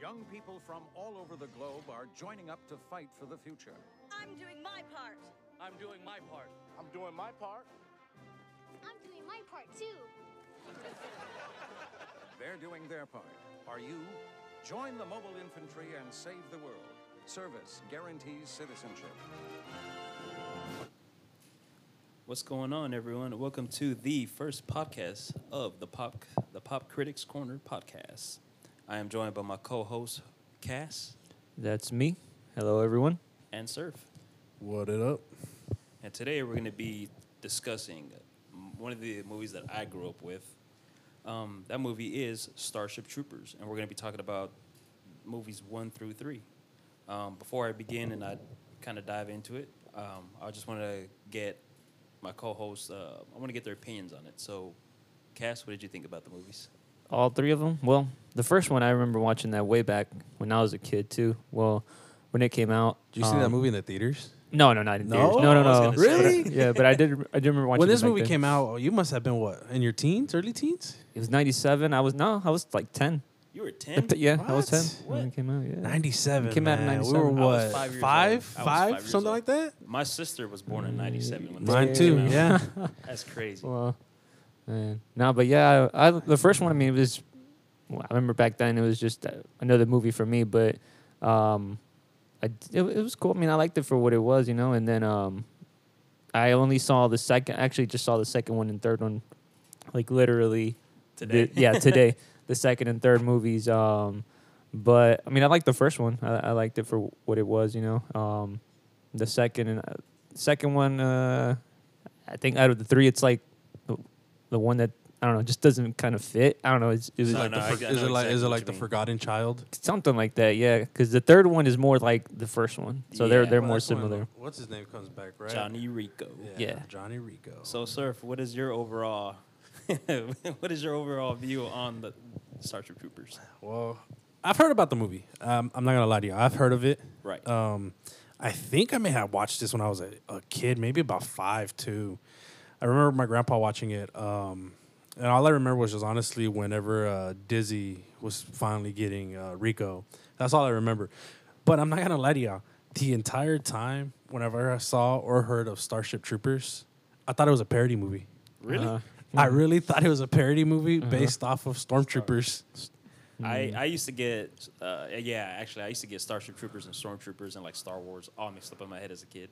young people from all over the globe are joining up to fight for the future. I'm doing my part. I'm doing my part. I'm doing my part. I'm doing my part too. They're doing their part. Are you? Join the mobile infantry and save the world. Service guarantees citizenship. What's going on, everyone? and Welcome to the first podcast of the Pop the Pop Critics Corner podcast. I am joined by my co-host Cass That's me. Hello, everyone. and Surf, What it up? and today we're going to be discussing mm, one of the movies that I grew up with. Um, that movie is Starship Troopers, and we're going to be talking about movies one through three. Um, before I begin and I kind of dive into it, um, I just want to get my co-hosts. Uh, I want to get their opinions on it. So, Cass, what did you think about the movies? All three of them. Well, the first one I remember watching that way back when I was a kid too. Well, when it came out. Did you see that um, movie in the theaters? No, no, not in No? theaters. No, no, I was no. gonna say. Really? yeah, but I did. I do remember watching. when it this back movie then. came out, you must have been what in your teens, early teens, it was '97. I was no, I was like 10. You were I ten. th- yeah, I was 10 What? when it came out. Yeah. ninety seven. It came out in We 97. were I what was five years five, old. I was five, five years something old. like that. My sister was born in '97. When this Mine movie too. came out. Yeah. that's crazy. Well, man. no, but yeah, I, I the first one. I mean, it was. Well, I remember back then it was just uh, another movie for me, but um, I d it, it was cool. I mean, I liked it for what it was, you know. And then um, I only saw the second. Actually, just saw the second one and third one, like literally the- Today. yeah, today the second and third movies. Um, but I mean, I liked the first one. I, I liked it for what it was, you know. Um, the second and uh, second one, uh, I think out of the three, it's like the, the one that I don't know just doesn't kind of fit. I don't know. It's, it's Is it No, like no, the I- I for- know is it like exactly is it what like you the mean. forgotten child? something like that, yeah. Because the third one is more like the first one, so they're Yeah. they're Well, more that's when, similar. uh, What's his name comes back right? Johnny Rico. Yeah. Johnny Rico. So, Surf, what is your overall? what is your overall view on the Starship Troopers? well, I've heard about the movie. Um, I'm not gonna lie to you. I've heard of it. Right. Um, I think I may have watched this when I was a, a kid, maybe about five too. I remember my grandpa watching it, um, and all I remember was just honestly whenever uh, Dizzy was finally getting uh, Rico. That's all I remember. But I'm not gonna lie to y'all. The entire time, whenever I saw or heard of Starship Troopers, I thought it was a parody movie. really? Uh, I really thought it was a parody movie based off of Stormtroopers. I, I used to get uh, yeah actually I used to get Starship Troopers and Stormtroopers and like Star Wars all mixed up in my head as a kid.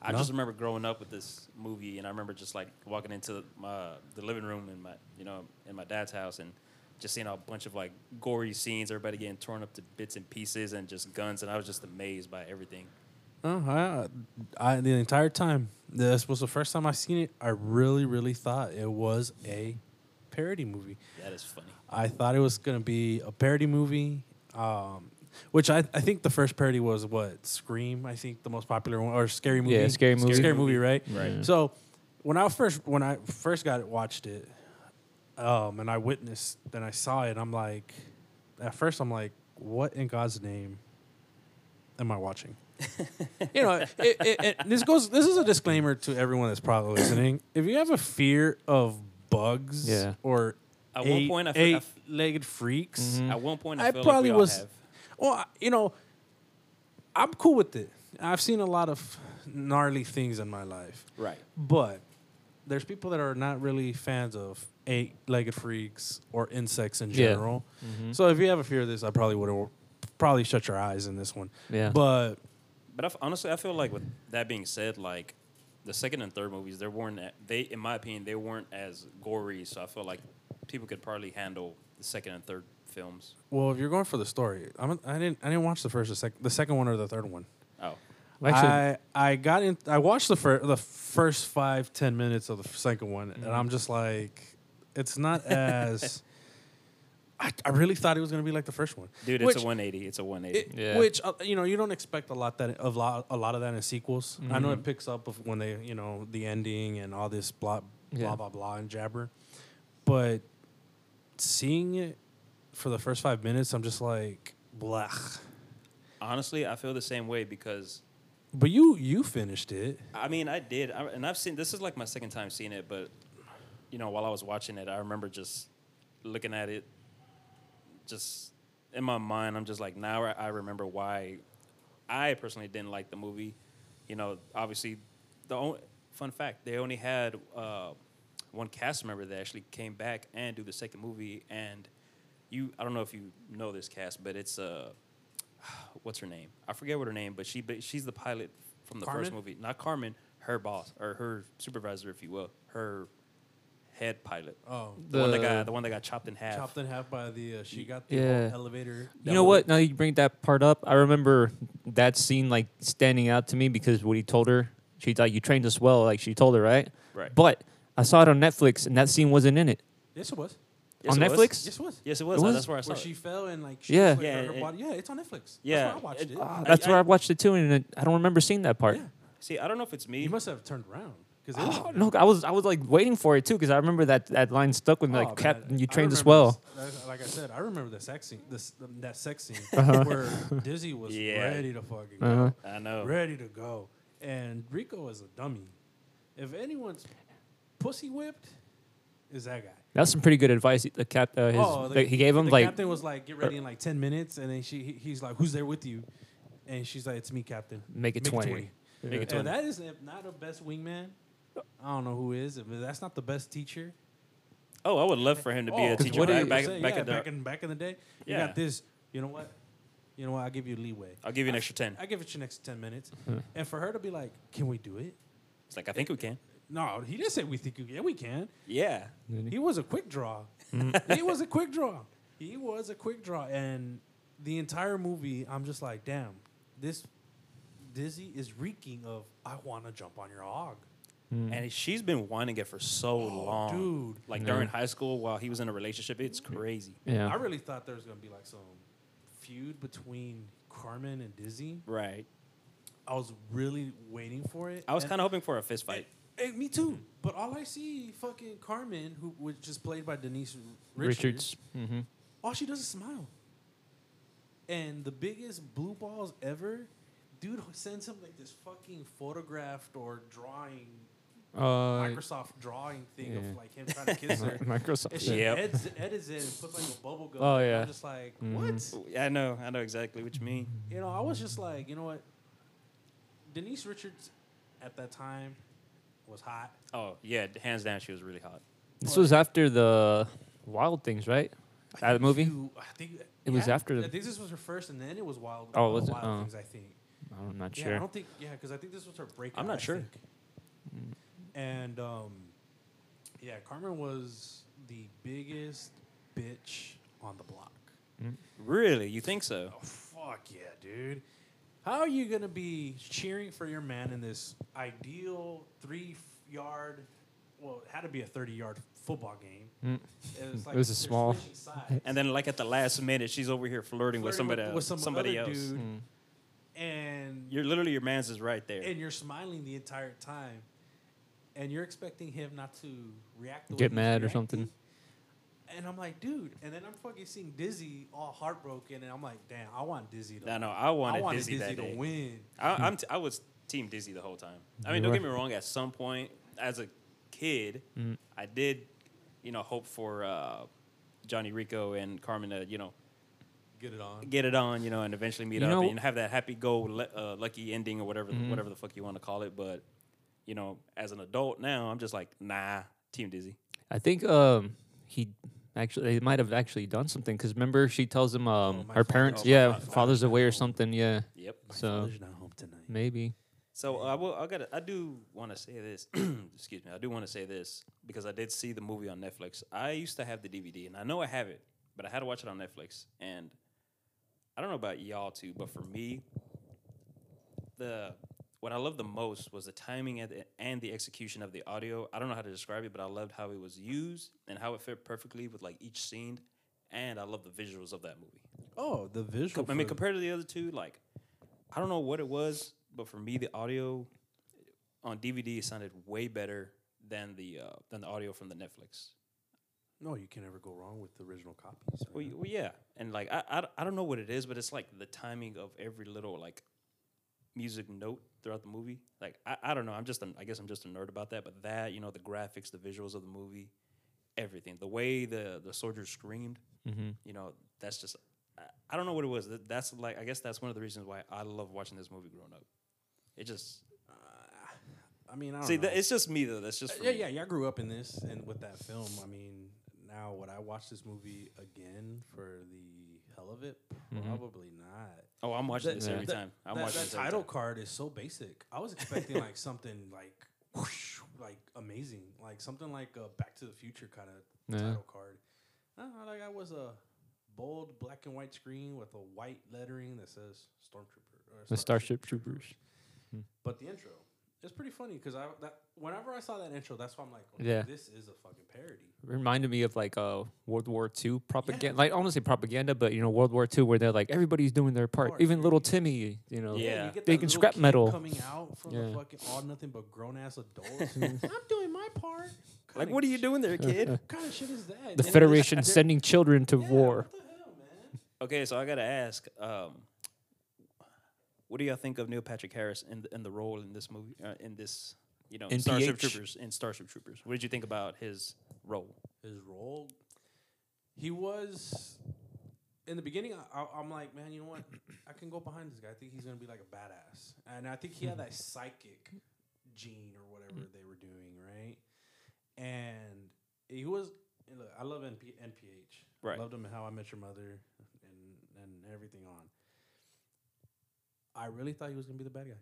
I No? just remember growing up with this movie and I remember just like walking into my the living room in my you know in my dad's house and just seeing a bunch of like gory scenes, everybody getting torn up to bits and pieces and just guns and I was just amazed by everything. Uh, I, I the entire time this was the first time I seen it. I really, really thought it was a parody movie. That is funny. I thought it was gonna be a parody movie, um, which I, I think the first parody was what Scream. I think the most popular one or Scary Movie. Yeah, Scary Movie. Scary Movie, right? Right. Yeah. So when I first when I first got it watched it, um, and I witnessed and I saw it, I'm like, at first I'm like, what in God's name am I watching? you know, it, it, it, this goes. This is a disclaimer to everyone that's probably listening. If you have a fear of bugs Yeah. or At one eight, point I fe- I f- eight-legged freaks, At one point I, I feel probably like we was. all have. Well, I- you know, I'm cool with it. I've seen a lot of gnarly things in my life, Right. but there's people that are not really fans of eight-legged freaks or insects in Yeah. general. Mm-hmm. So if you have a fear of this, I probably would have probably shut your eyes in this one. Yeah. But But I f honestly, I feel like with that being said, like the second and third movies, they weren't a- they, in my opinion, they weren't as gory. So I feel like people could probably handle the second and third films. well, if you're going for the story, I'm, I didn't. I didn't watch the first, the second, the second one, or the third one. Oh, actually, I I got in. I watched the first the first five ten minutes of the second one, and Mm-hmm. I'm just like, it's not as. I, I really thought it was gonna be like the first one, dude, Which, it's a one eighty. It's a one it- eighty. Yeah. Which uh, you know you don't expect a lot that of lot, a lot of that in sequels. I Mm-hmm. know it picks up of when they you know the ending and all this blah blah Yeah. blah blah and jabber, but seeing it for the first five minutes, I'm just like blah. Honestly, I feel the same way because But you you finished it. I mean, I did, I, and I've seen this is like my second time seeing it, but you know, while I was watching it, I remember just looking at it, just in my mind, I'm just like now I I remember why I personally didn't like the movie. You know, obviously, the only, fun fact they only had uh, one cast member that actually came back and do the second movie. And you, I don't know if you know this cast, but it's uh, what's her name? I forget what her name, but she but she's the pilot from the first Carmen? movie. Not Carmen, her boss or her supervisor, if you will, her head pilot. Oh, The, one that The- got the one that got chopped in half. chopped in half by the. Uh, she got the Yeah. elevator. You know what? Now that you bring that part up, I remember that scene like standing out to me because what he told her, she's like, "You trained us well," like she told her, right? Right. But I saw it on Netflix, and that scene wasn't in it. Yes, it was. Yes, on it was. Netflix? Yes, it was. Yes, it was. It Uh, was? That's where I saw Where it. she fell and like she Yeah. was, like, Yeah, her it- body. Yeah, it's on Netflix. Yeah, That's where I watched it- uh, it. Ah, I- that's where I- I watched it too, and it, I don't remember seeing that part. yeah, See, I don't know if it's me. you must have turned around because Oh, no, I was I was like waiting for it too because I remember that that line stuck with me. Oh, Like, Captain, man, you I trained us remember well. this- that's- Like I said, I remember the sex scene, this, um, that sex scene where Dizzy was Yeah. ready to fucking Uh-huh. go, I know. ready to go, and Rico is a dummy. If anyone's pussy whipped, is that guy? That's some pretty good advice. The cap, uh, his, that he gave him Oh, the like, captain was like, get ready in like ten minutes, and then she he- he's like, who's there with you? And she's like, it's me, captain. Make it 20. Make it And 20. that is if not the best wingman. I don't know who is. If that's not the best teacher, Oh, I would love for him to be Oh, a teacher what back, do you back, say, back yeah, at the. back in back in the day. You Yeah. got this. You know what? You know what? I'll give you leeway. I'll give you an extra ten. I give it your next ten minutes. Hmm. And for her to be like, "Can we do it?" It's like I think we can. No, he didn't say we think. we- Yeah, we can. Yeah, He was a quick draw. he was a quick draw. He was a quick draw. And the entire movie, I'm just like, damn, this Dizzy is reeking of I want to jump on your hog. Hmm. and she's been wanting it for so long, Oh, dude. Like during high school, while he was in a relationship, it's crazy. yeah, I really thought there was gonna be like some feud between Carmen and Dizzy. Right. I was really waiting for it. I was And- kind of hoping for a fist fight. Hey, me too. But all I see, fucking Carmen, who was just played by Denise Richards, Richards. hmm all she does is smile. And the biggest blue balls ever, dude sends him like this fucking photographed or drawing, Uh, Microsoft drawing thing yeah. of like him trying to kiss her. And Microsoft. she Yep. edits, edits it and puts like a bubble gum. Oh, And yeah. I'm just like, what? Hmm. Yeah, I know. I know exactly what you mean. you know, I was just like, you know what? Denise Richards at that time was hot. Oh yeah, hands down, she was really hot. This was after the Wild Things, right? That movie. You- I think It was yeah, after the- I think this was her first, and then it was Wild. Oh, was it? Wild Oh. Things, I think. I'm not Yeah, sure. I don't think. Yeah, because I think this was her breakout. I'm not I sure. think. And um, yeah, Carmen was the biggest bitch on the block. Really, you think so? Oh fuck yeah, dude! How are you gonna be cheering for your man in this ideal three-yard? Well, it had to be a thirty-yard football game. It was, like was a they're small- switching sides. Mm. And then like at the last minute, she's over here flirting, with flirting somebody else. some somebody other else. Mm. dude, and You're literally your man's is right there. and you're smiling the entire time, and you're expecting him not to react. The way Get he's mad or reacting. something. And I'm like, dude. And then I'm fucking seeing Dizzy all heartbroken, and I'm like, damn, I want Dizzy to. No, no, I wanted, I wanted Dizzy, that to day. win. I, I'm t- I was team dizzy the whole time. I mean, You don't were. Mm. get me wrong. At some point, as a kid, I did, you know, hope for uh, Johnny Rico and Carmen to, you know, Get it Um, on. get it on, you know, and eventually meet You up know- Mm-hmm. and have that happy go le- uh, lucky ending or whatever, whatever the fuck you want to call it. But you know, as an adult now, I'm just like, nah, team dizzy. I think um he actually they might have actually done something because remember she tells him um my her father- parents oh, my yeah father- father's away or something yeah Yep. so not home tonight. maybe So uh, I will. I got. I do want to say this. Excuse me. I do want to say this because I did see the movie on Netflix. I used to have the DVD, and I know I have it, but I had to watch it on Netflix. And I don't know about y'all too, but for me, the what I loved the most was the timing and the, and the execution of the audio. I don't know how to describe it, but I loved how it was used and how it fit perfectly with like each scene. And I love the visuals of that movie. Oh, the visual. I mean, for- compared to the other two, like I don't know what it was, but for me, the audio on DVD sounded way better than the uh, than the audio from the Netflix. no, you can never go wrong with the original copies. Well, y- well yeah, and like I, I d- I don't know what it is, but it's like the timing of every little like music note throughout the movie. Like I, I don't know. I'm just a, I guess I'm just a nerd about that. But that you know the graphics, the visuals of the movie, everything, the way the the soldier screamed, you know, that's just I- I don't know what it was. That- That's like I guess that's one of the reasons why I love watching this movie growing up. It just I mean, I don't see know. Uh, that it's just me though. That's just for yeah, me. yeah, yeah. I grew up in this and with that film. I mean, now would I watch this movie again for the hell of it? Probably not. Oh, I'm watching this Yeah. every Mm-hmm. That- time. I'm that, watching that this every title time. card is so basic. I was expecting like something like whoosh, like amazing, like something like a Back to the Future kind of Yeah. title card. I don't know, like I was a bold black and white screen with a white lettering that says Stormtrooper or The Starship Troopers. but the intro, it's pretty funny because I that whenever I saw that intro, that's why I'm like, okay, Yeah. this is a fucking parody. reminded me of like uh, World War II propaganda, like honestly propaganda, but you know World War II where they're like everybody's doing their part, Part. even little Timmy, you know, Yeah. you get They that can little scrap kid metal. coming out from the Yeah. fucking all nothing but grown ass adults. I'm doing my part. Like, what are you doing there, kid? What kind of shit is that? And the then Federation there's- sending children to Yeah, war. What the hell, man? okay, so I gotta ask, um, what do y'all think of Neil Patrick Harris in the, in the role in this movie? Uh, in this, you know, Starship NPH. Troopers in Starship Troopers. What did you think about his role? His role, he was in the beginning. I- I, I'm like, man, you know what? I can go behind this guy. I think he's gonna be like a badass, and I think he had that psychic gene or whatever they were doing, right? And he was. and Look, I love NP, NPH. Right. Loved him in How I Met Your Mother and and everything on. I really thought he was gonna be the bad guy.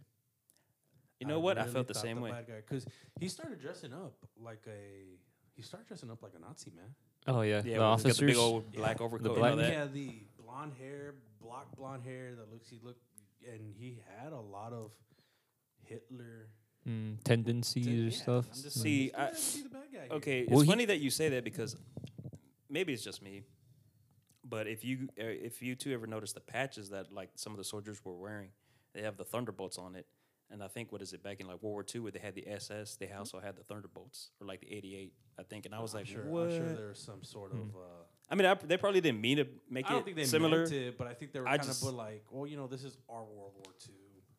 You know what? I really felt the thought same way. Bad guy, because he started dressing up like a he started dressing up like a Nazi man. Oh yeah, yeah, the well, he's got the officers. big old black overcoat black- and all he that. had the blonde hair, block blonde hair that looks he looked, and he had a lot of Hitler. mm, tendencies or Yeah, stuff. I'm just Mm. like, See, this dude I- has to be the bad guy. here. Okay, Well, it's he- funny that you say that because maybe it's just me, but if you uh, if you two ever notice the patches that like some of the soldiers were wearing, they have the thunderbolts on it, and I think what is it back in like World War II where they had the SS, they also had the thunderbolts or like the '88, I think, and I was Mm-hmm. I'm like, sure, what? I'm sure there's some sort of. Hmm. Uh, I mean, I, they probably didn't mean to make I don't it think they similar, meant it, but I think they were I kind just- of like, well, you know, this is our World War Two.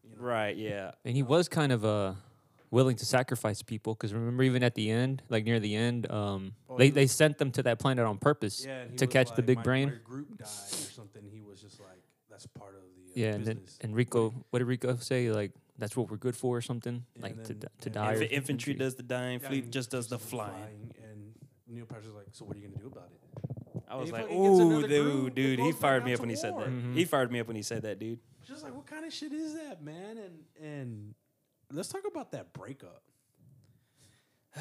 You know, right? Yeah, And he was kind of uh, willing to sacrifice people because remember, even at the end, like near the end, um, Oh, they, he- they sent them to that planet on purpose Yeah, and he to was catch the like, big my, brain. My group died or something. He was just like, that's part of the uh, yeah, and, business. then, and Rico, what did Rico say? Like that's what we're good for, or something Yeah, like and to then- di- to and die. Inf- or Inf- infantry does the dying, Yeah, fleet and just does the just flying. And Neil Patrick's like, so what are you gonna do about it? I was he like, fucking gets ooh, another dude, group, it dude, he goes back fired out me up to when he said war. Mm-hmm. that. He fired me up when he said that, dude. Just like, what kind of shit is that, man? And and let's talk about that breakup.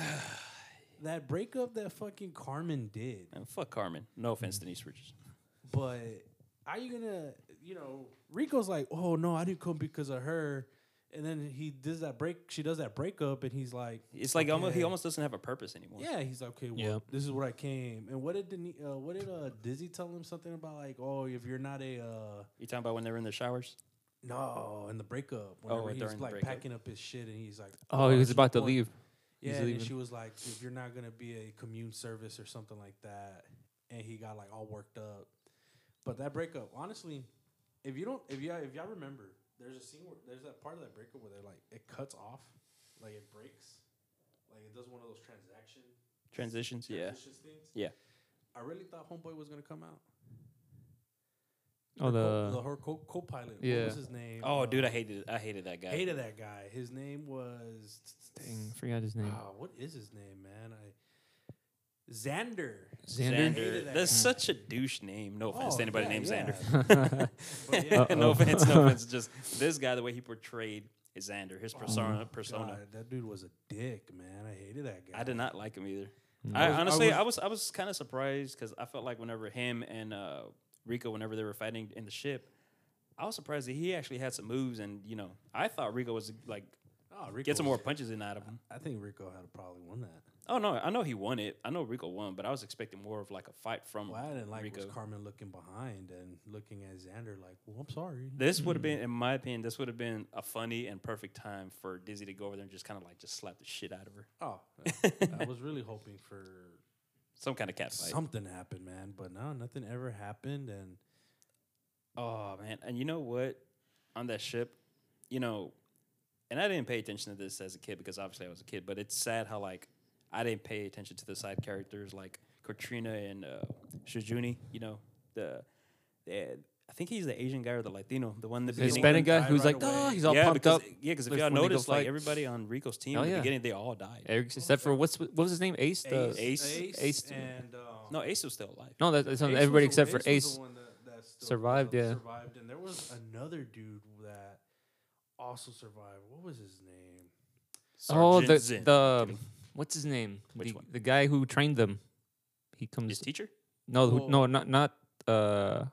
that breakup that fucking Carmen did. And fuck Carmen. No offense, Denise Richards. But are you gonna, you know, Rico's like, oh no, I didn't come because of her. And then he does that break. She does that breakup, and he's like, It's like almost, he okay. almost doesn't have a purpose anymore. Yeah, he's like, okay, well, Yeah. this is where I came. And what did Deni- uh, what did uh, Dizzy tell him something about like, oh, if you're not a uh, You talking about when they're in the showers? no, in the breakup, whenever right he's during the like breakup. packing up his shit, and he's like, Oh, he was she's about to going- leave. Yeah, He's and then leaving. she was like, if you're not gonna be a commune service or something like that, and he got like all worked up. But that breakup, honestly, if you don't, if y'all, if y'all remember, there's a scene where there's that part of that breakup where they're like, it cuts off, like it breaks, like it does one of those transaction Transitions? Yeah. transitions things. Yeah. I really thought Homeboy was gonna come out. Oh, Her the co- the her co- co-pilot. What Yeah. was his name? Oh, Uh, dude, I hated I hated that guy. hated that guy. His name was. Dang, I forgot his name. Ah, what is his name, man? I Xander. Xander. Hated That's that guy. such a douche name. No offense Oh, to anybody yeah, named yeah. Xander. But yeah, no offense, no offense. Just this guy, the way he portrayed is Xander, his persona. persona. Oh God, that dude was a dick, man. I hated that guy. I did not like him either. I was- Mm. I honestly, was- I was I was kind of surprised because I felt like whenever him and uh, Rico, whenever they were fighting in the ship, I was surprised that he actually had some moves, and you know, I thought Rico was like Oh, Rico get some more was- punches in out of him. I think Rico had probably won that. Oh no, I know he won it. I know Rico won, but I was expecting more of like a fight from What I didn't like Hmm. Rico. was Carmen looking behind and looking at Xander like, "Well, I'm sorry." this would have been, in my opinion, this would have been a funny and perfect time for Dizzy to go over there and just kind of like just slap the shit out of her. Oh, I- I was really hoping for Some kind of cat fight. something happened, man. But no, nothing ever happened, and Oh man, and you know what? On that ship, you know, and I didn't pay attention to this as a kid because obviously I was a kid. But it's sad how like I didn't pay attention to the side characters like Katrina and uh, Shijuni. You know, the eh, I think he's the Asian guy or the Latino, the one in the The beginning. Hispanic guy die who's right like, away. oh, he's all yeah, pumped because, up. Yeah, because if like, y'all when they go notice, like fight. everybody on Rico's team Hell in the yeah. beginning, they all died. Eric's- except for what's what was his name? Ace. the- Ace. Ace, Ace. and um, no, Ace was still alive. No, that, that's not Ace was everybody the- except for was the Ace. one that- that still survived, yeah. survived, and there was another dude that also survived. What was his name? Oh, the Sergeant Zinn. the what's his name? Which the, one? the guy who trained them. He his comes. teacher. no, who, Well- no, not not uh,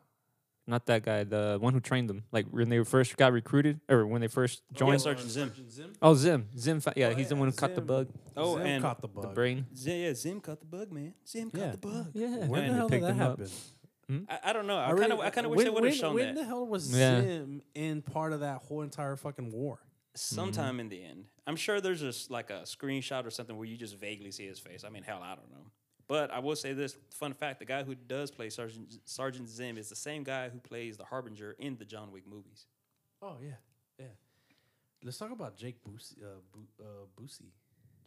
not that guy. The one who trained them, like when they first got recruited, or when they first yeah, joined. Sergeant Zim. Zim. Oh, Zim. Zim. Fa- yeah, Oh, he's the yeah, one who caught the Zim. bug, Oh, Zim and caught the the bug. brain. Z- yeah, Zim caught the bug, man. Zim caught Yeah. the bug. Yeah. When And the they hell did picked that him up. happen? I, I don't know. I kind of, I kind of wish when- they would have when- shown When that the hell was Yeah. Zim in part of that whole entire fucking war? Mm-hmm. sometime in the end. I'm sure there's just like a screenshot or something where you just vaguely see his face. I mean, hell, I don't know. But I will say this fun fact: the guy who does play Sergeant Sergeant Zim is the same guy who plays the Harbinger in the John Wick movies. Oh yeah, yeah. Let's talk about Jake Boosie. Uh, Bo- uh, Boosie.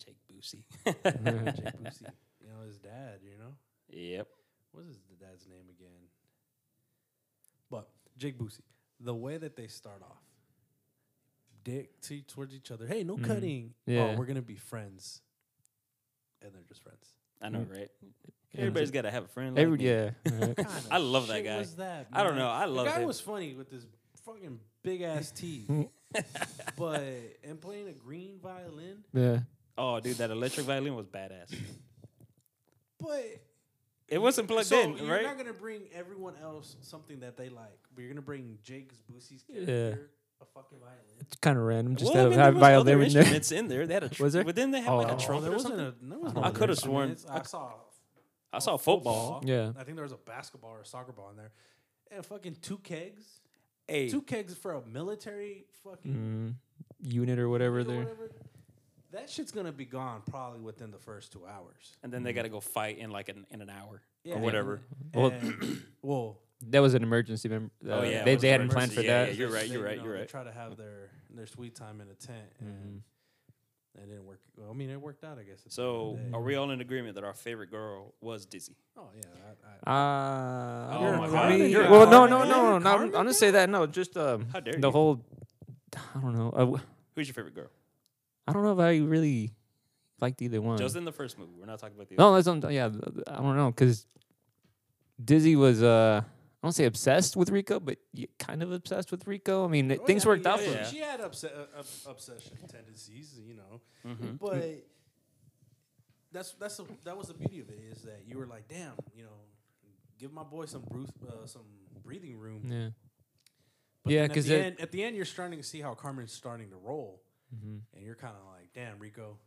Jake Busey. Jake Boosie. You know his dad. You know yep. what's his dad's name again? But Jake Boosie. The way that they start off, dick to, towards each other. Hey, no Mm-hmm. cutting. Yeah. Oh, we're gonna be friends. And they're just friends. I know, right? Mm. Yeah. Everybody's got to have a friend. Like Every me. yeah. right. What kind of I love that shit guy. was that, I don't man? know. I love The guy him. was funny with his fucking big ass teeth, but and playing a green violin. yeah. Oh, dude, that electric violin was badass. But It wasn't plugged so in, you're right? not gonna bring everyone else something that they like, but you're gonna bring Jake Boosie's Yeah. character a fucking violin. It's kind of random. Just well, I to mean, there have was violin other in there. instruments in there. They had a tr- Was there? But then they had Oh, like oh, a trumpet there or wasn't something. a there was I no coulda other- mean, sworn- it's- I I c- saw I saw football. Yeah. I think there was a basketball or a soccer ball in there, and fucking two kegs, Hey, two kegs for a military fucking Mm, unit or whatever. or There. whatever, That shit's gonna be gone probably within the first two hours. and then they got to go fight in like an, in an hour or and- whatever. Well- and- well, That was an emergency. Mem- uh, Oh, yeah, it They was they an hadn't planned for emergency. Yeah, that. yeah, you're they- right, you're they, right, you know, you're They right. try to have their their sweet time in a tent, and it didn't work. Well, I mean, it worked out, I guess. at the end of Mm-hmm. So the day. are we all in agreement that our favorite girl was Dizzy? oh yeah, I, I, Ah, Oh my you're a God. Carmen. You're a well, no, no, Carmen. no, no. no, I'm Carmen gonna say that. No, just um, How dare the you. whole. I don't know. I, w- Who's your favorite girl? I don't know if I really liked either one. Just in the first movie. We're not talking about the. no, that's what I'm- yeah. th- th- I don't know because Dizzy was uh, I don't say obsessed with Rico, but y- kind of obsessed with Rico. I mean, it- oh, things yeah, worked yeah, out yeah, for him. She had obse- uh, ob- obsession tendencies, you know, Mm-hmm. but that's that's the that was the beauty of it is that you were like, damn, you know, give my boy some Bruce, uh, some breathing room. me. Yeah. But Yeah, then at 'cause the it- end- at the end, you're starting to see how Carmen's starting to roll, Mm-hmm. and you're kind of like, "Damn, Rico,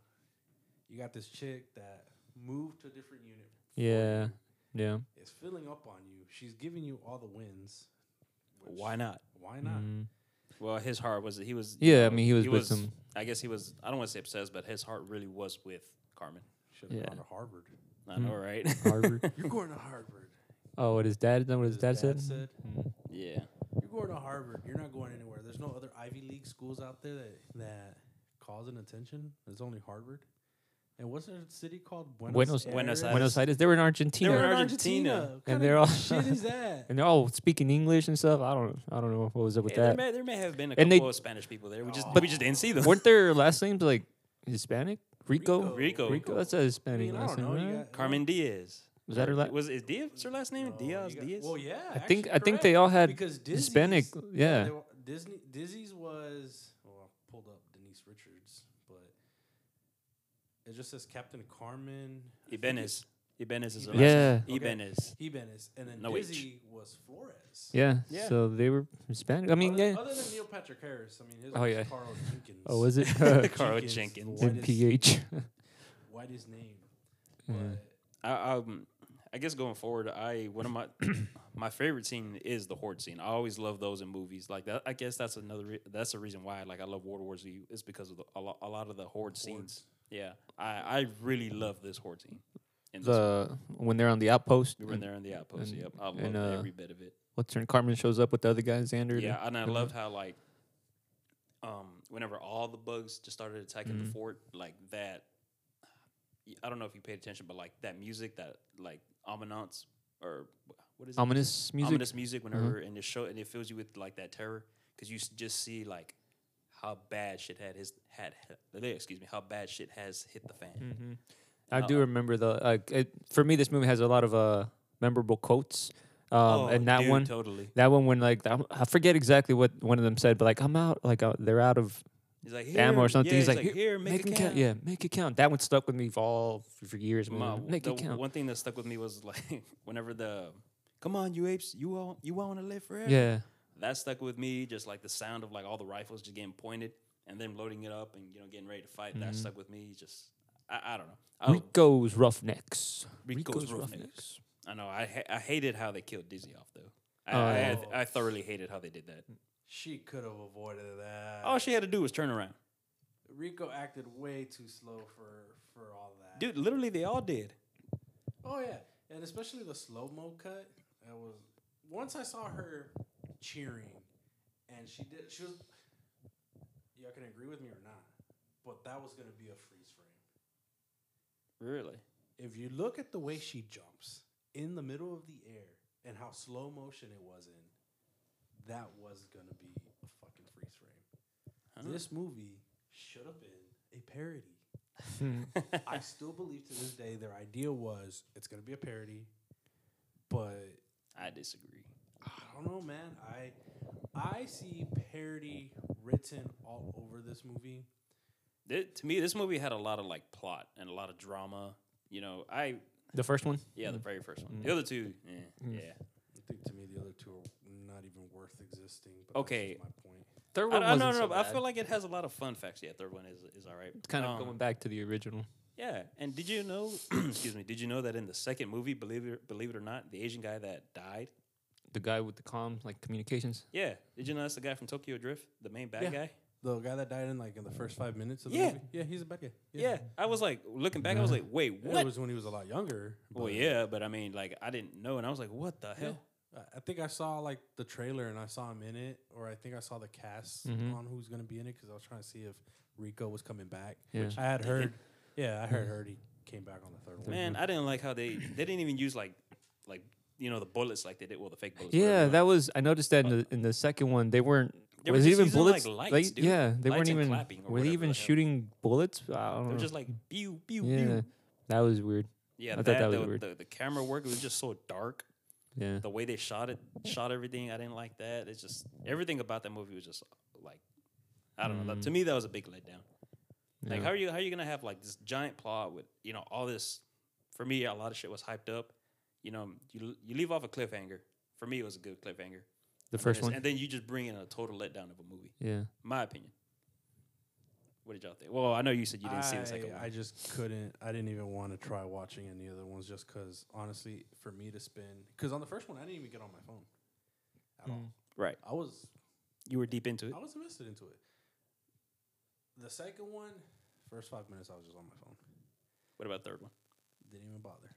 you got this chick that moved to a different unit. for Yeah. you, Yeah. is filling up on you. She's giving you all the wins. which- Why not? Why not? Mm-hmm. Well, his heart was he was. Yeah, I mean, he was with some- I guess he was. I don't want to say obsessed, but his heart really was with Carmen. Should have Yeah. gone to Harvard. I know, right? Hmm. Harvard. You're going to Harvard. oh, what his dad? Is that what his, dad, said? yeah. You're going to Harvard. You're not going anywhere. There's no other Ivy League schools out there that that calls an attention. There's only Harvard. And what's their city called? Buenos Buenos Aires? Aires. Buenos Aires. They were in Argentina. They were They're in in Argentina. Argentina. What kind they're of all- shit is that? and they're all speaking English and stuff. I don't, I don't know what was up with Yeah, there, that. may, there may have been a And they- couple of Spanish people there. We just we just didn't see them. Weren't their last names like Hispanic? Rico, Rico. Rico. That's a I Hispanic mean, I last don't name. know. You right? got- Carmen Diaz. Was that her la- Was is Diaz was her last name? Oh, you Diaz. got- Diaz. Well, yeah. I think- actually I think they all had because Hispanic, Dizzy's- yeah. they were- Disney Dizzy's was well, I pulled up Denise Richards, but it just says Captain Carmen I think Ibanez. Ibanez is her last Yeah. name. Okay. Ibanez. it's Ibanez, and then No H. Dizzy was Flores. Yeah. Yeah. So they were Hispanic. I mean, other, yeah. other than Neil Patrick Harris, I mean, his Oh, oh, was yeah. Carl Jenkins. Oh, was it Carl the Jenkins. whitest- MPH? Whitest name. Yeah. But I, um, I guess going forward, I one of my my favorite scene is the horde scene. I always love those in movies like that. I guess that's another re- that's the reason why like I love World War Z is because of the, a, lot, a lot of the horde scenes. Yeah, I, I really love this horde scene. And this, the when they're on the outpost. we were in there in the outpost. and- yep, I love and, uh, every bit of it. What's her? Carmen shows up with the other guy, Xander. Yeah, and I loved how like um whenever all the bugs just started attacking Mm-hmm. the fort, like that I don't know if you paid attention, but like that music, that like ominance or wh- what is it? Ominous music. Mm-hmm. ominous music whenever and it show and it fills you with like that terror because you s- just see like how bad shit had his had excuse me how bad shit has hit the fan. Mm-hmm. I do remember the like it, for me this movie has a lot of uh memorable quotes. Um Oh, and that dude, one totally. that one when like I'm- I forget exactly what one of them said but like I'm out like uh, they're out of He's like ammo "Here," or something. yeah, he's like, here, make, it it count. Yeah, make it count. That one stuck with me for all for years. Man. My- make the it count. one thing that stuck with me was like whenever the come on you apes you all you want to live forever yeah, that stuck with me just like the sound of like all the rifles just getting pointed and then loading it up and you know getting ready to fight Mm-hmm. that stuck with me just I, I don't know I, was- Rico's Roughnecks. Oh. Rico's Roughnecks. I know I ha- I hated how they killed Dizzy off though I, Oh, I, had- I thoroughly hated how they did Mm. that She could have avoided that. all she had to do was turn around Rico acted way too slow for for all that. dude literally they all did Oh yeah, and especially the slow mo cut. That was once I saw her cheering, and she did. She was. Y'all can agree with me or not, but that was gonna be a freeze frame. really If you look at the way she jumps in the middle of the air and how slow motion it was in, that was gonna be a fucking freeze frame. This movie should have been a parody. I still believe to this day their idea was it's gonna be a parody, but I disagree I don't know, man. I I see parody written all over this movie. Th- to me this movie had a lot of like plot and a lot of drama you know I The first one. Yeah, the very first one. The other two, eh, yeah. I think to me the other two are not even worth existing. But Okay. that's just my point. Third I, one. I, no, no, no. I feel like it has a lot of fun facts. Yeah, third one is is all right. kind of Um, going back to the original. Yeah, and did you know? excuse me. Did you know that in the second movie, believe it believe it or not, the Asian guy that died. The guy with the comm like communications. Yeah, did you know that's the guy from Tokyo Drift, the main bad Yeah. guy? The guy that died in like in the first five minutes of the Yeah. movie. Yeah, he's a bad guy. Yeah. I was like looking back, I was like, wait, It what? was when he was a lot younger. well, but- yeah, but I mean, like, I didn't know, and I was like, what the hell? I- I think I saw like the trailer and I saw him in it, or I think I saw the cast Mm-hmm. on who's gonna be in it because I was trying to see if Rico was coming back. Yeah. Which I had heard. Yeah, I had Mm-hmm. heard he came back on the third one. Mm-hmm. Man, I didn't like how they they didn't even use like like you know the bullets like they did, well, the fake bullets. Yeah, whatever. that was. I noticed that in the in the second one they weren't. They were was it just even using, bullets? like, lights, Like, dude. yeah, they Lights weren't and even. clapping or were they whatever even the hell. shooting bullets? I don't they know. were just like pew pew yeah, pew. that was weird. Yeah, I that, thought that was the, weird. The, the camera work it was just so dark. Yeah, The way they shot it, shot everything, I didn't like that. It's just everything about that movie was just like, I don't know. That- To me, that was a big letdown. Like, Mm. Yeah. how are you? How are you gonna have like this giant plot with you know all this? For me, a lot of shit was hyped up. You know, you you leave off a cliffhanger. For me, it was a good cliffhanger. the And then first it's- one. and then you just bring in a total letdown of a movie. yeah, My opinion. What did y'all think? Well, I know you said you didn't see the second I, one. I just couldn't. I didn't even want to try watching any other ones just because, honestly, for me to spend. Because on the first one, I didn't even get on my phone at Mm. all. right, I was you were deep into it. I was invested into it. The second one, first five minutes, I was just on my phone. What about the third one? Didn't even bother.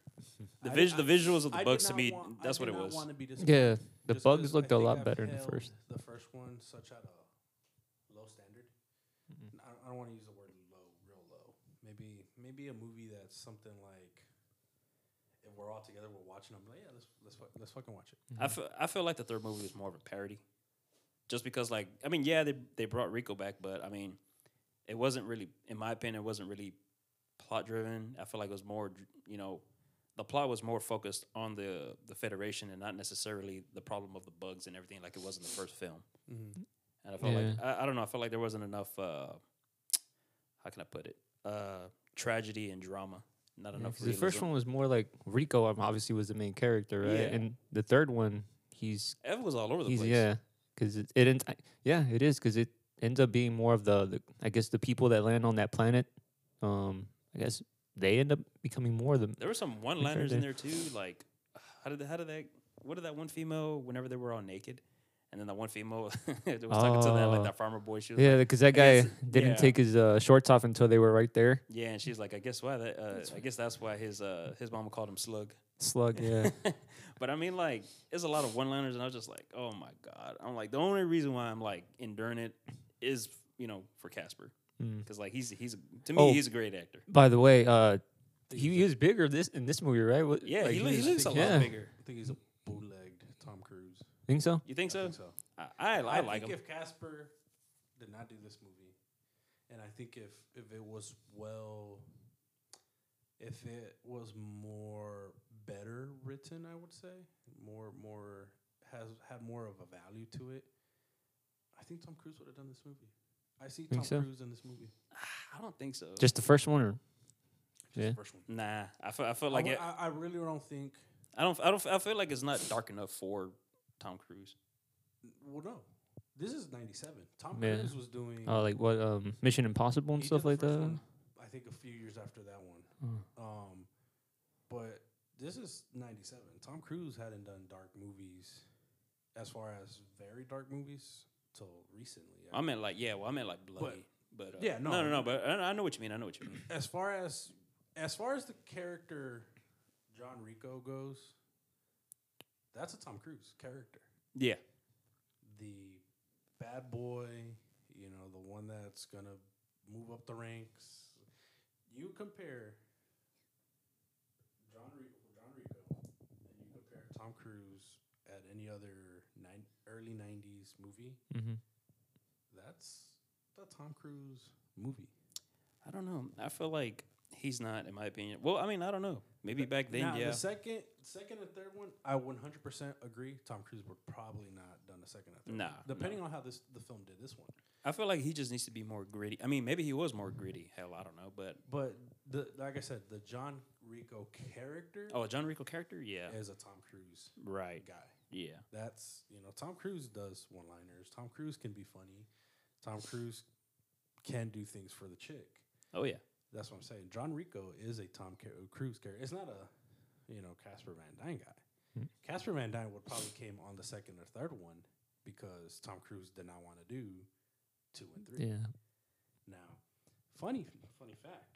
The, I vis- did- the I- visuals of the I did bugs to not me, want- I that's what did it not was. want to be disappointed, yeah. The just 'cause bugs looked I a think lot I better in the failed first. The first one, such at a low standard. I don't, I don't want to use the word low, real low. Maybe maybe a movie that's something like if we're all together, we're watching. I'm like, yeah, let's let's fuck- let's fucking watch it. I feel, I feel like the third movie was more of a parody. Just because, like, I mean, yeah, they, they brought Rico back, but I mean, it wasn't really, in my opinion, it wasn't really plot driven. I feel like it was more, dr- you know, the plot was more focused on the, the Federation and not necessarily the problem of the bugs and everything like it was in the first film. And I felt like, I, I don't know, I felt like there wasn't enough, uh, how can I put it, uh, tragedy and drama. Not enough. Because the first realism. one was more like Rico um, obviously was the main character, right? Yeah. And the third one, he's Ev was all over the he's place. yeah, because it, it ends. I- Yeah, it is because it ends up being more of the, the I guess the people that land on that planet. Um, I guess they end up becoming more of them. There were some one liners in did. there too. Like, how did how did that? What did that one female? Whenever they were all naked, and then that one female that was talking to that like Oh. that farmer boy. She was Yeah, like, because that I guy guess- didn't yeah. take his uh, shorts off until they were right there. yeah, and she's like, I guess why that? Uh, I guess that's why his uh his mama called him slug. Slug, yeah, But I mean, like, it's a lot of one liners, and I was just like, oh my god. I'm like, the only reason why I'm like enduring it is you know for Casper, because like he's he's to me Hmm. Oh. he's a great actor. By the way, uh, think He, he was bigger this in this movie, right? What- Yeah, like, he, lo- he he's- looks a think- lot yeah. bigger. I think he's a bootlegged Tom Cruise. think so. You think so? think so. I, I, I like think him. if Casper did not do this movie, and I think if if it was well, if it was more better written, I would say more more has had more of a value to it. I think Tom Cruise would have done this movie. I see Tom Think so? Cruise in this movie. I don't think so. Just the first one, or Just Yeah. the first one. nah. I feel, I feel I like wa- it, I, I really don't think. I don't. I don't. I feel like it's not dark enough for Tom Cruise. Well, no, this is '97. Tom Yeah. Cruise was doing. oh, like what? Um, Mission Impossible and He stuff did like the first that. one, I think a few years after that one. Um, but this is '97. Tom Cruise hadn't done dark movies, as far as very dark movies, till recently. I meant like yeah. Well, I meant like bloody. But, uh, yeah, no, no. no, no. But I, I know what you mean. I know what you mean. as far as as far as the character John Rico goes, that's a Tom Cruise character. Yeah. The bad boy, you know, the one that's gonna move up the ranks. You compare John Rico, John Rico, and you compare Tom Cruise at any other nine, early '90s movie. Mm-hmm. Mhm. That's the Tom Cruise movie. I don't know. I feel like he's not, in my opinion. Well, I mean, I don't know. Maybe back then, Now, yeah. The second, second and third one, I 100% agree. Tom Cruise would probably not done the second and third. Nah, one, depending on how this the film did this one. I feel like he just needs to be more gritty. I mean, maybe he was more gritty. Hell, I don't know. But But the like I said, the John Rico character oh, a John Rico character, yeah, is a Tom Cruise right, guy. yeah. That's you know Tom Cruise does one liners. Tom Cruise can be funny. Tom Cruise can do things for the chick. Oh yeah, That's what I'm saying. John Rico is a Tom Car- uh, Cruise character. It's not a, you know, Casper Van Dyne Hmm. guy. Casper Van Dyne would probably came on the second or third one because Tom Cruise did not want to do two and three. Yeah. Now, funny, funny fact.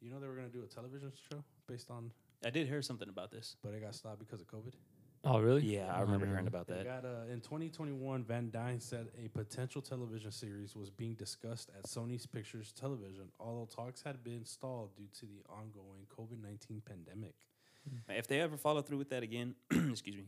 You know they were gonna do a television show based on, I did hear something about this. but it got stopped because of COVID. Oh, really? Yeah, I remember no. hearing about They that. got uh, in 2021. Van Dyne said a potential television series was being discussed at Sony's Pictures Television, although talks had been stalled due to the ongoing COVID-19 pandemic. If they ever follow through with that again, excuse me.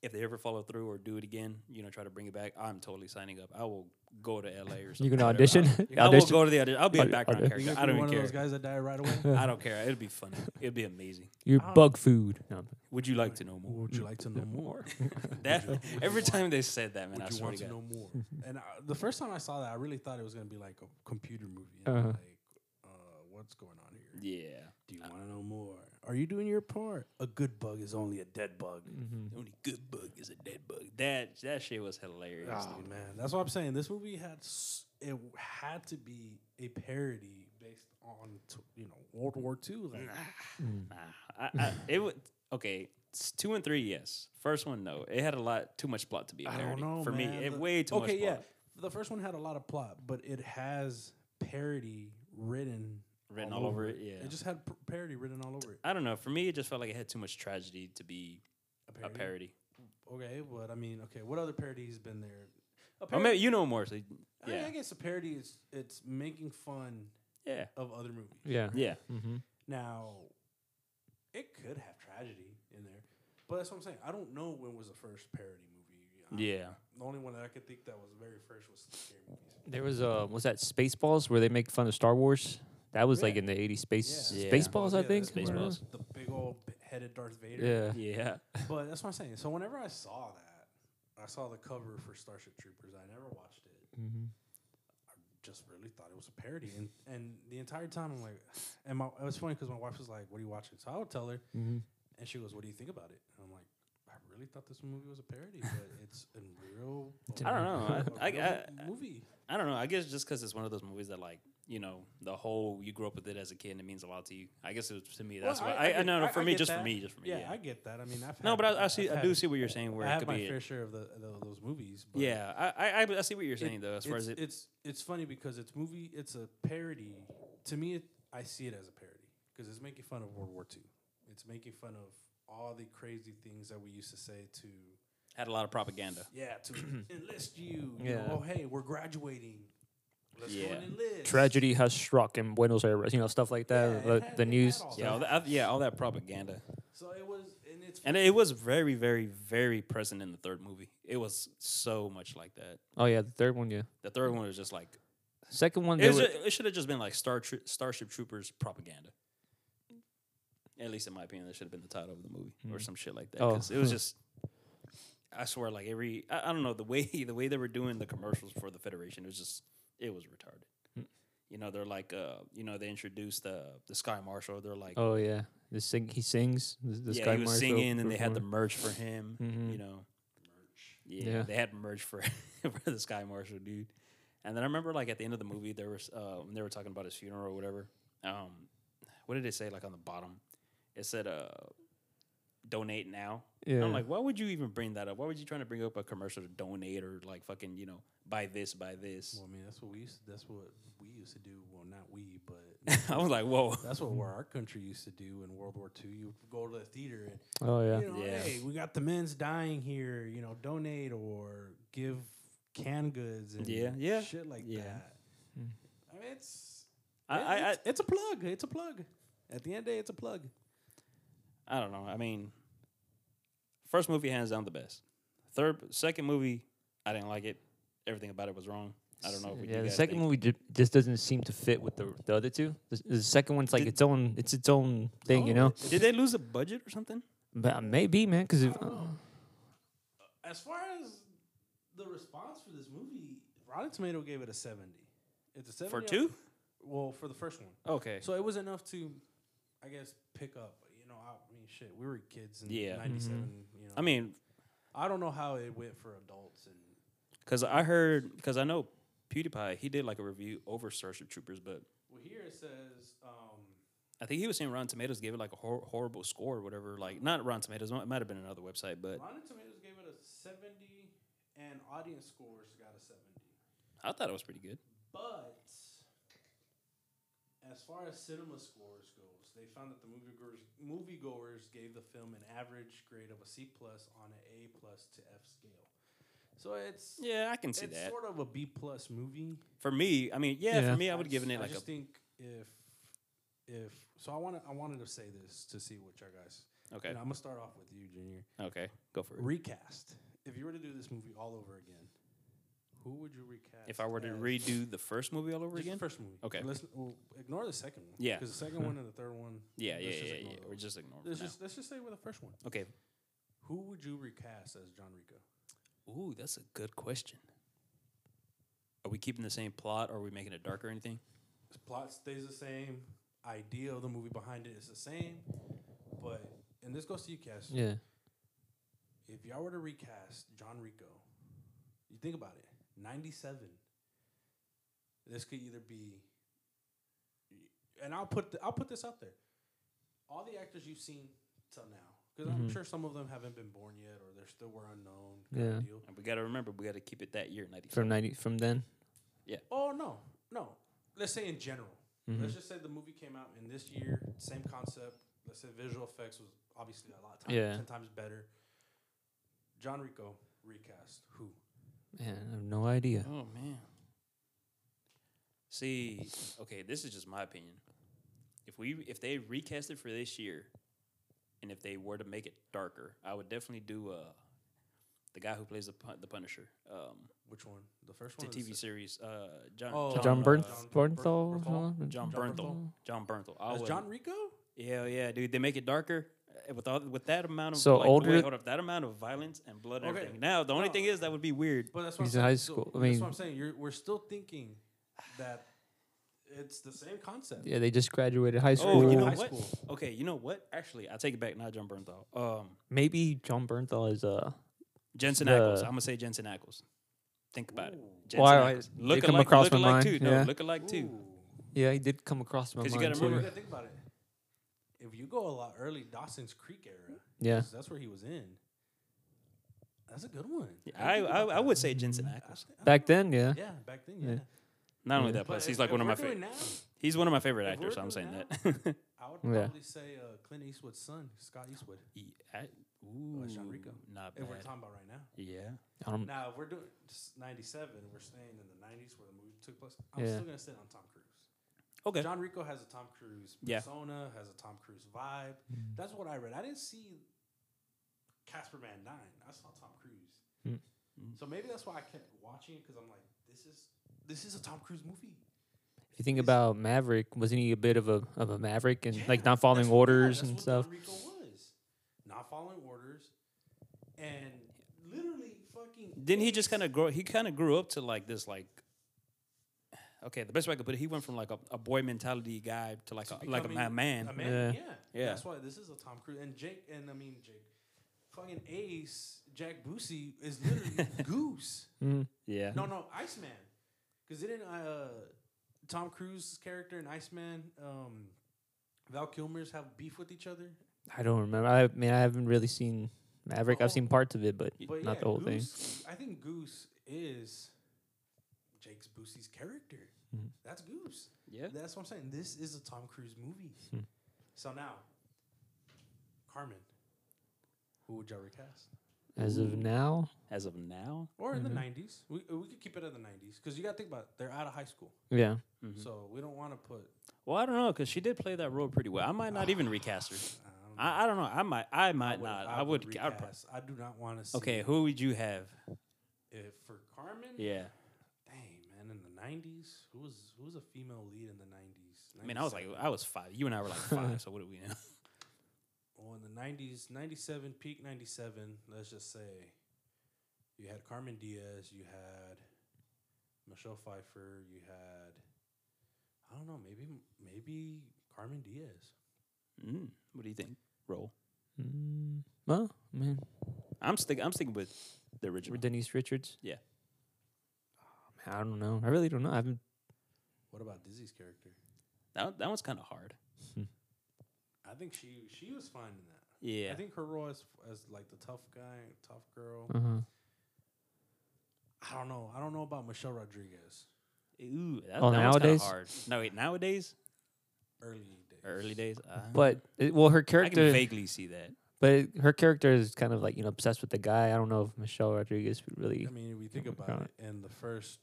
If they ever follow through or do it again, you know, try to bring it back, I'm totally signing up. I will go to LA or something. You gonna Whatever. audition? I, I will Audition? go to the audition. I'll be a Audi- background character. audition. gonna I be don't one even of those care. guys that die right away. I don't care. It'd be funny. It'd be amazing. You're don't- bug food. No, I'm- Would you like to know more? Would you like to know more? That every time they said that, man, I Would you swear want to to God. know more? And I, the first time I saw that, I really thought it was gonna be like a computer movie. And Uh-huh. Like, uh, what's going on here? Yeah. Do you want to know more? Are you doing your part? A good bug is only a dead bug. The only good bug is a dead bug. That that shit was hilarious. Oh dude. man, that's what I'm saying. This movie had s- it had to be a parody based on t- you know World War II. Like, Nah, I, I, it would okay. It's two and three, yes. First one, no. It had a lot too much plot to be a I don't parody know for man. me. It The- way too okay, much plot. yeah. The first one had a lot of plot, but it has parody written Written all over it, yeah. it just had p- parody written all over it. I don't know. For me, it just felt like it had too much tragedy to be A a parody. Okay, but I mean, okay, what other parodies been there? A Or maybe you know more. So Oh, I, mean, yeah, I guess a parody is it's making fun yeah, of other movies. yeah. yeah. Now, it could have tragedy in there, but that's what I'm saying. I don't know when was the first parody movie. I- Yeah. The only one that I could think that was the very first was scary movies. There was uh, was that Spaceballs where they make fun of Star Wars? That was like in the '80s. Space Yeah. Spaceballs, I Yeah, think. that's where Spaceballs. The big old headed Darth Vader. Yeah. yeah, But that's what I'm saying. So whenever I saw that, I saw the cover for Starship Troopers. I never watched it. I just really thought it was a parody, and and the entire time I'm like, and my it was funny because my wife was like, "What are you watching?" So I would tell her, and she goes, "What do you think about it?" And I'm like. I really thought this movie was a parody, but it's a real. I don't know. a I- real I- movie. I don't know. I guess just because it's one of those movies that like you know the whole you grew up with it as a kid and it means a lot to you. I guess it was to me. That's Well, why I, I, get- no no for me get just for that. me just for me. Yeah, Yeah. I get that. I mean, I've no, had- but I, I see. I've I do had- see what you're saying. Where I it have could my be. fair share of the, the those movies. But Yeah, I, I I see what you're saying it- though. As far it's, as it, it's it's funny because it's movie it's a parody to me it, i see it as a parody because it's making fun of world war ii it's making fun of all the crazy things that we used to say to had a lot of propaganda. yeah to enlist you, you Yeah. know, oh hey we're graduating yeah. Tragedy has struck in Buenos Aires. You know, stuff like that. Yeah, it the, had- the it had news. all Yeah, all that, yeah, all that propaganda, So it was, and it's and it was very, very, very present in the third movie. It was so much like that. Oh yeah, the third one. Yeah, The third one was just like second one. it, There was was, ju- it should have just been like Star Tro- Starship Troopers propaganda. At least in my opinion, that should have been the title of the movie or some shit like that. Oh. 'cause it was just, I swear, like every I, I don't know the way the way they were doing the commercials for the Federation it was just it was retarded. You know, they're like, uh, you know, they introduced the the Sky Marshal. They're like, oh yeah, the sing. He sings. The, the yeah, Sky he was Marshal singing, and they had the perform- merch for him. Mhm. You know, Yeah, Yeah. they had merch for for the Sky Marshal dude. And then I remember, like at the end of the movie, there was uh, when they were talking about his funeral or whatever. Um, what did it say? Like on the bottom, it said, uh, "Donate now." And I'm Yeah. like, why would you even bring that up? Why would you trying to bring up a commercial to donate or like fucking you know buy this, buy this? Well, I mean, that's what we used. To, that's what we used to do. Well, not we, but I was like, whoa. that's what where our country used to do in World War II. You go to the theater and Oh yeah. you know, Yeah. hey, we got the men's dying here. You know, donate or give canned goods and Yeah, yeah, shit like yeah. that. Hmm. I mean, it's I, I, I it's, it's a plug. It's a plug. At the end of the day, it's a plug. I don't know. I mean, first movie hands down the best. Third, second movie, I didn't like it. Everything about it was wrong. I don't know. If we Yeah, the second movie ju- just doesn't seem to fit with the the other two. The, the second one's like Did- Oh. its own. It's its own thing, you know. Did they lose a budget or something? But uh, maybe, man, because Oh. As far as the response for this movie, Rotten Tomato gave it a seventy. It's a seventy For on- two? Well, for the first one. Okay. So it was enough to, I guess, pick up. You know, I mean, shit, we were kids in Yeah. '97. Mm-hmm. You know, I mean, I don't know how it went for adults. And because I heard, because I know PewDiePie, he did like a review over Starship Troopers, but well, here it says, um, I think he was saying Rotten Tomatoes gave it like a hor- horrible score or whatever. Like, not Rotten Tomatoes, it might have been another website, but Rotten Tomatoes gave it a 70, and audience scores got a 70. I thought it was pretty good. But as far as cinema scores goes, they found that the moviegoers moviegoers gave the film an average grade of a C plus on an A plus to F scale. So it's Yeah, I can see it's that. sort of a B plus movie. for me, I mean, yeah, Yeah. for me, I would give it I like a just think if if so, I wanted I wanted to say this to see what y'all guys. okay, And I'm gonna start off with you, Junior. okay, go for it. Recast. If you were to do this movie all over again, who would you recast? If I were to as- redo the first movie all over Just the again, first movie. Okay. Let's well, ignore the second one. Yeah. Because the second one and the third one. yeah, yeah, let's yeah, just yeah, ignore yeah. those. Or just ignore it Let's for now. just let's just say with the first one. Okay. Who would you recast as John Rico? Ooh, that's a good question. Are we keeping the same plot? Or are we making it dark or anything? The plot stays the same. Idea of the movie behind it is the same, but and this goes to you, Cass. yeah, If y'all were to recast John Rico, you think about it. Ninety-seven. This could either be, and I'll put the, I'll put this out there. All the actors you've seen till now, because Mm-hmm. I'm sure some of them haven't been born yet, or they're still were unknown. Kind Yeah. Of deal. And we got to remember, we got to keep it that year, 90. from ninety from then. Oh no, no. Let's say in general. Mm-hmm. Let's just say the movie came out in this year, same concept. Let's say visual effects was obviously a lot of times, Yeah. ten times better. John Rico recast who? Man, I have no idea. Oh, man. See, okay, this is just my opinion. If we if they recast it for this year, and if they were to make it darker, I would definitely do uh, the guy who plays the pun- the Punisher, um, Which one? The first the one. or the TV se- series, uh, John Oh, John, John, uh, Bern- John Bernthal. Bernthal? Bernthal? John John Bernthal. John Bernthal. I As would- John Rico? Yeah, yeah, dude. They make it darker uh, with all, with that amount of So like, older- Wait, hold up, that amount of violence and blood and Okay. everything. Now the only No. thing is that would be weird. But that's what He's I'm in high saying. school. I So, that's mean- what I'm saying. You're, we're still thinking that it's the same concept. Yeah, they just graduated high school. Oh, you know High what? school. Okay, you know what? Actually, I take it back. Not John Bernthal. Um, Maybe John Bernthal is uh. Jensen The- Ackles. I'm gonna say Jensen Ackles. Think about it. Jensen Well, I- Ackles. they Look come alike, across look my alike mind, too. No, yeah. look alike too. Yeah, he did come across my 'Cause mind. you gotta too. remember- But think about it. If you go a lot early, Dawson's Creek era. Yeah. 'cause That's where he was in. That's a good one. I, I, I would say Jensen Ackles. think- back then. Yeah. Yeah, back then. Yeah. Not only Yeah. that, plus he's like one of my favorite. He's one of my favorite actors. So I'm saying that. I would Yeah. probably say uh, Clint Eastwood's son, Scott Eastwood. He- I- ooh, That's Oh, John Rico. Not If we're bad. talking about right now. Yeah. Um, Now, if we're doing s- 97, we're staying in the 90s where the movie took place. I'm Yeah. still going to sit on Tom Cruise. Okay. John Rico has a Tom Cruise Yeah. persona, has a Tom Cruise vibe. Mm. That's what I read. I didn't see Casper Van Dine. I saw Tom Cruise. Hmm. So maybe that's why I kept watching it because I'm like, this is this is a Tom Cruise movie. if you think about Maverick, wasn't he a bit of a of a maverick and like Yeah, not following that's- yeah, orders that's and what stuff? Don Rico was not following orders, and literally fucking. Didn't he just kind of grow? He kind of grew up to like this, like. Okay, the best way I could put it, he went from like a, a boy mentality guy to like a, like a ma- becoming man. A man, Yeah. yeah. Yeah. That's why this is a Tom Cruise and Jake and I mean Jake, fucking Ace Jack Boosie is literally Goose. Yeah. No, no, Iceman. Because didn't uh, Tom Cruise's character and Iceman, um, Val Kilmer's have beef with each other? I don't remember. I mean, I haven't really seen Maverick. I've Oh. seen parts of it, but, But not yeah, the whole thing. Goose, I think Goose is Jake's Boosie's character. Mm-hmm. That's Goose. Yeah. That's what I'm saying. This is a Tom Cruise movie. Hmm. so now, Carmen, who would y'all recast? As of now, As of now, Or in Mm-hmm. the 90s. We, uh, we could keep it in the 90s because you got to think about it. They're out of high school. yeah, Mm-hmm. So we don't want to put. well, I don't know because she did play that role pretty well. I might not even recast her. I, I don't know. I might. I might not. I would. I would pro- recast. I do not want to see. okay, who would you have? If for Carmen, Yeah. dang, man, in the 90s, who was, who was a female lead in the 90s? I mean, I was like, I was five. You and I were like five. so what do we know? Well, in the 90s, 97, peak 97, let's just say you had Carmen Diaz, you had Michelle Pfeiffer, you had, I don't know, maybe maybe Carmen Diaz. Mm, what do you think? Role. Mm, well, man, I'm sticking. I'm sticking with the original. Denise Richards. Ah, Yeah. Man, I don't know. I really don't know. I haven't. What about Dizzy's character? That, that one's kind of hard. I think she she was fine in that. Yeah. I think her role as, as like the tough guy, tough girl. Uh-huh. I don't know. I don't know about Michelle Rodriguez. Ooh, that, Oh, that nowadays? one's kind of hard. No, wait, nowadays, Early days. early days, uh, But it, well, her I can character, vaguely see that. but it- her character is kind of like you know obsessed with the guy. I don't know if Michelle Rodriguez would really. I mean, if we think about it, in the first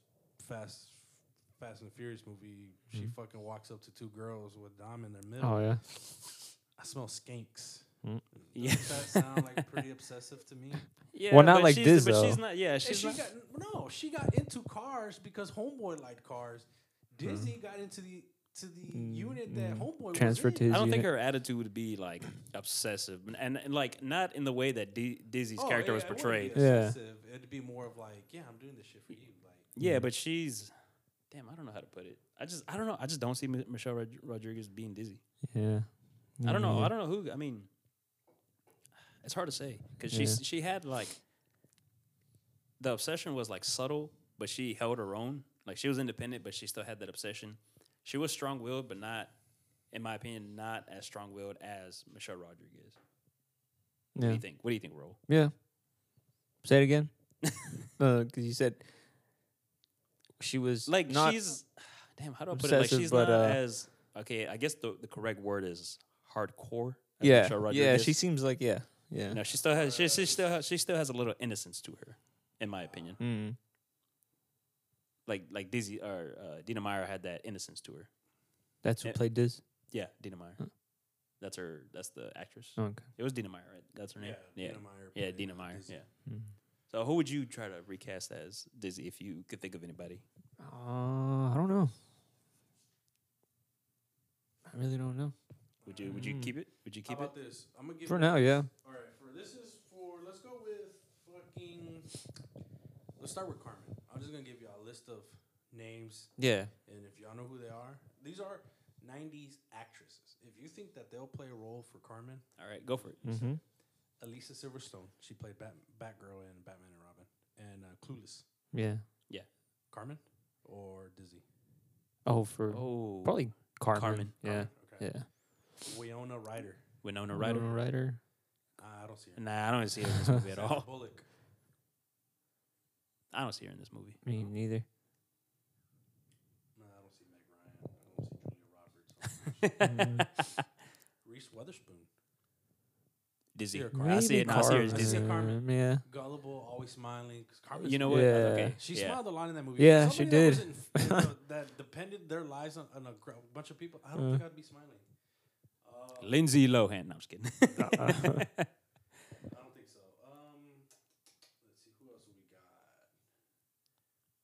Fast Fast and Furious movie, she fucking walks up to two girls with Dom in their middle. Mm-hmm. oh yeah, I smell skinks. Yeah, Does that sound like pretty obsessive to me? yeah. Well, not but like she's, this, but she's though. not. Yeah, she's she not. got no. She got into cars because Homeboy liked cars. Mm-hmm. Disney got into the to the unit that Homeboy transferred was to in. his. I don't unit. think her attitude would be like obsessive, and, and, and, like not in the way that D- Dizzy's Oh, character yeah, was it wouldn't be portrayed. Yeah. Yeah. obsessive. It'd be more of like, yeah, I'm doing this shit for you. Like, but she's, damn, I don't know how to put it. I just, I don't know. I just don't see Mi- Michelle Rod- Rodriguez being Dizzy. Yeah. I don't Mm-hmm. know. I don't know who. I mean, it's hard to say because she Yeah. she had like the obsession was like subtle, but she held her own. Like she was independent, but she still had that obsession. She was strong willed, but not, in my opinion, not as strong willed as Michelle Rodriguez. What do Yeah. you think? What do you think, Roll? Yeah. Say it again. Because you said she was Like not, she's, damn, how do I put it? Like obsessive, she's but, not uh, as okay. I guess the the correct word is hardcore. as yeah Michelle yeah. Rodriguez. She seems like yeah yeah. No, she still has she, she still has, she still has a little innocence to her, in my opinion. Mm. Like like Dizzy or uh, Dina Meyer had that innocence to her. That's who Yeah. played Diz. Yeah, Dina Meyer. That's her. That's the actress. Oh, Okay. It was Dina Meyer, right? That's her name. Yeah, yeah. Dina Meyer Yeah, played, Dina uh, Meyer. Dizzy. Yeah. Mm-hmm. So who would you try to recast as Dizzy if you could think of anybody? Uh, I don't know. I really don't know. Would you Would you keep it? Would you how keep it? about this? I'm gonna give For you- now, yeah. All right, for this is for let's go with fucking. Let's start with Carmen. I'm just gonna give y'all a list of names, Yeah. and if y'all know who they are, these are '90s actresses. If you think that they'll play a role for Carmen, All right, go for it. Elisa Silverstone, she played Bat- Batgirl in Batman and Robin, and uh, Clueless. Yeah. Yeah. Carmen or Dizzy. Oh, for Oh, probably Carmen. Carmen. Yeah. Okay. Yeah. Winona Ryder. Winona Ryder. Winona Ryder. Uh, I don't see her. Nah, I don't see her in this movie at Sandra all. Bullock. I don't see her in this movie. Me neither. No, Reese Witherspoon. Dizzy. Sarah I see it. now. I see her as Carmen. dizzy. Sarah Carmen. Carmen, Yeah. Gullible, always smiling. 'cause Carmen's You know what? Yeah. Okay. She yeah. smiled a lot in that movie. Yeah, Somebody she that did. wasn't- you know, that depended their lives on, on a gr- bunch of people. I Mm. don't think I'd be smiling. Lindsay Lohan. No, I'm just kidding. I don't think so. Um, let's see who else we got.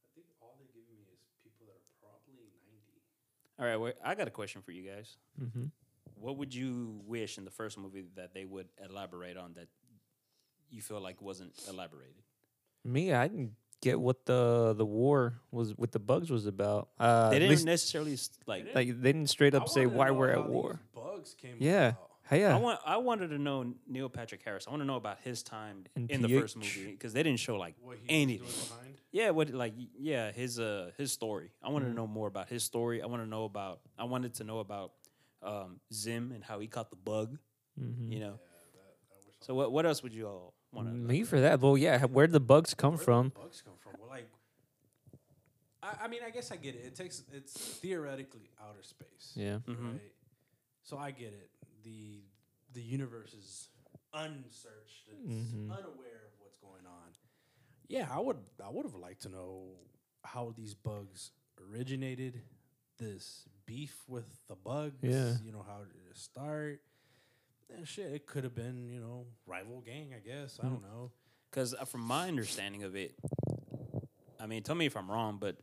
I think all they're giving me is people that are probably ninety. All right, wait, I got a question for you guys. Mm-hmm. What would you wish in the first movie that they would elaborate on that you feel like wasn't elaborated? Me, I didn't get what the the war was with the bugs was about. Uh, they at didn't least, necessarily s- like. like they didn't straight up I say wanted to why know we're how at these war. Bugs came. Yeah. about. Hey, yeah. I want. I wanted to know Neil Patrick Harris. I want to know about his time And in the first PH. movie because they didn't show like What he anything. was doing behind. Yeah, what like y- yeah, his uh his story. I wanted Mm-hmm. to know more about his story. I want to know about I wanted to know about um Zim and how he caught the bug, Mm-hmm. you know. so what what else would you all want to Mm, Me for that. Well, yeah. Where'd the bugs come from? Where did bugs come from? Well, like, I, I mean, I guess I get it. It takes it's theoretically outer space. Yeah. Right. So I get it. The the universe is unsearched. It's unaware of what's going on. Mm-hmm. Yeah, I would I would have liked to know how these bugs originated. This beef with the bugs. Yeah. You know how did it start? Eh, shit, it could have been you know rival gang. I guess I don't know. Because uh, from my understanding of it, I mean, tell me if I'm wrong, but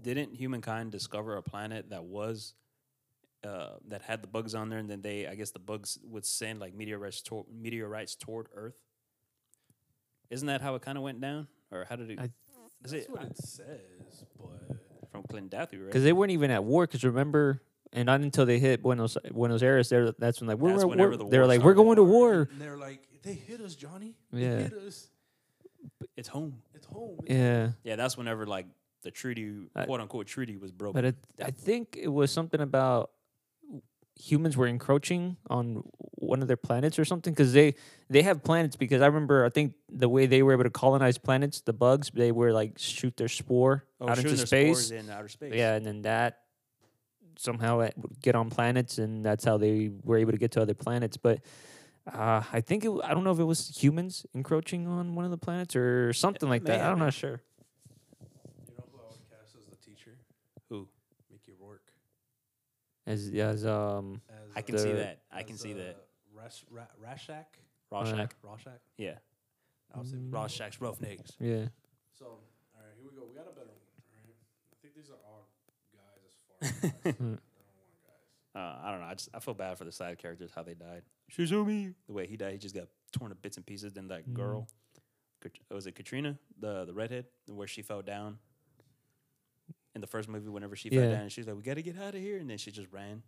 didn't humankind discover a planet that was uh, that had the bugs on there, and then they, I guess, the bugs would send like meteorites to- meteorites toward Earth? Isn't that how it kind of went down, or how did it? I- is That's it what it says, but from Clindathu, right? Because they weren't even at war. Because remember, and not until they hit Buenos Buenos Aires, they're that's when like we're, That's we're- whenever the they're war like we're started. going to war. and they're like, they hit us, Johnny. Yeah. They hit us. It's home. It's home. It's Yeah, Yeah, that's whenever like the treaty, I- quote unquote treaty, was broken. Uh, but it, I think it was something about humans were encroaching on one of their planets or something. Because they they have planets. Because I remember, I think the way they were able to colonize planets, the bugs, they were like shoot their spore Oh, out into shooting their spores space. in outer space. Yeah, and then that somehow it would get on planets, and that's how they were able to get to other planets. But uh, I think it, w- I don't know if it was humans encroaching on one of the planets or something like may that. have I'm been. not sure. You know who I would cast as the teacher? Who? Mickey Rourke. As as um, As, I can see that. I can see that. Rash, Ra- Rashak. Rorschach. Rashak. yeah. I was thinking. Rorschach's roughnecks. yeah, So, all right, here we go. We got a better one. All right. I think these are all guys as far as guys. I don't want guys. Uh, I don't know. I just I feel bad for the side characters how they died. Shizumi, the way he died, he just got torn to bits and pieces. Then Mm-hmm. that girl, Kat- uh, was it Katrina, the the redhead, where she fell down in the first movie. Whenever she Yeah. fell down, she's like, "We got to get out of here," and then she just ran.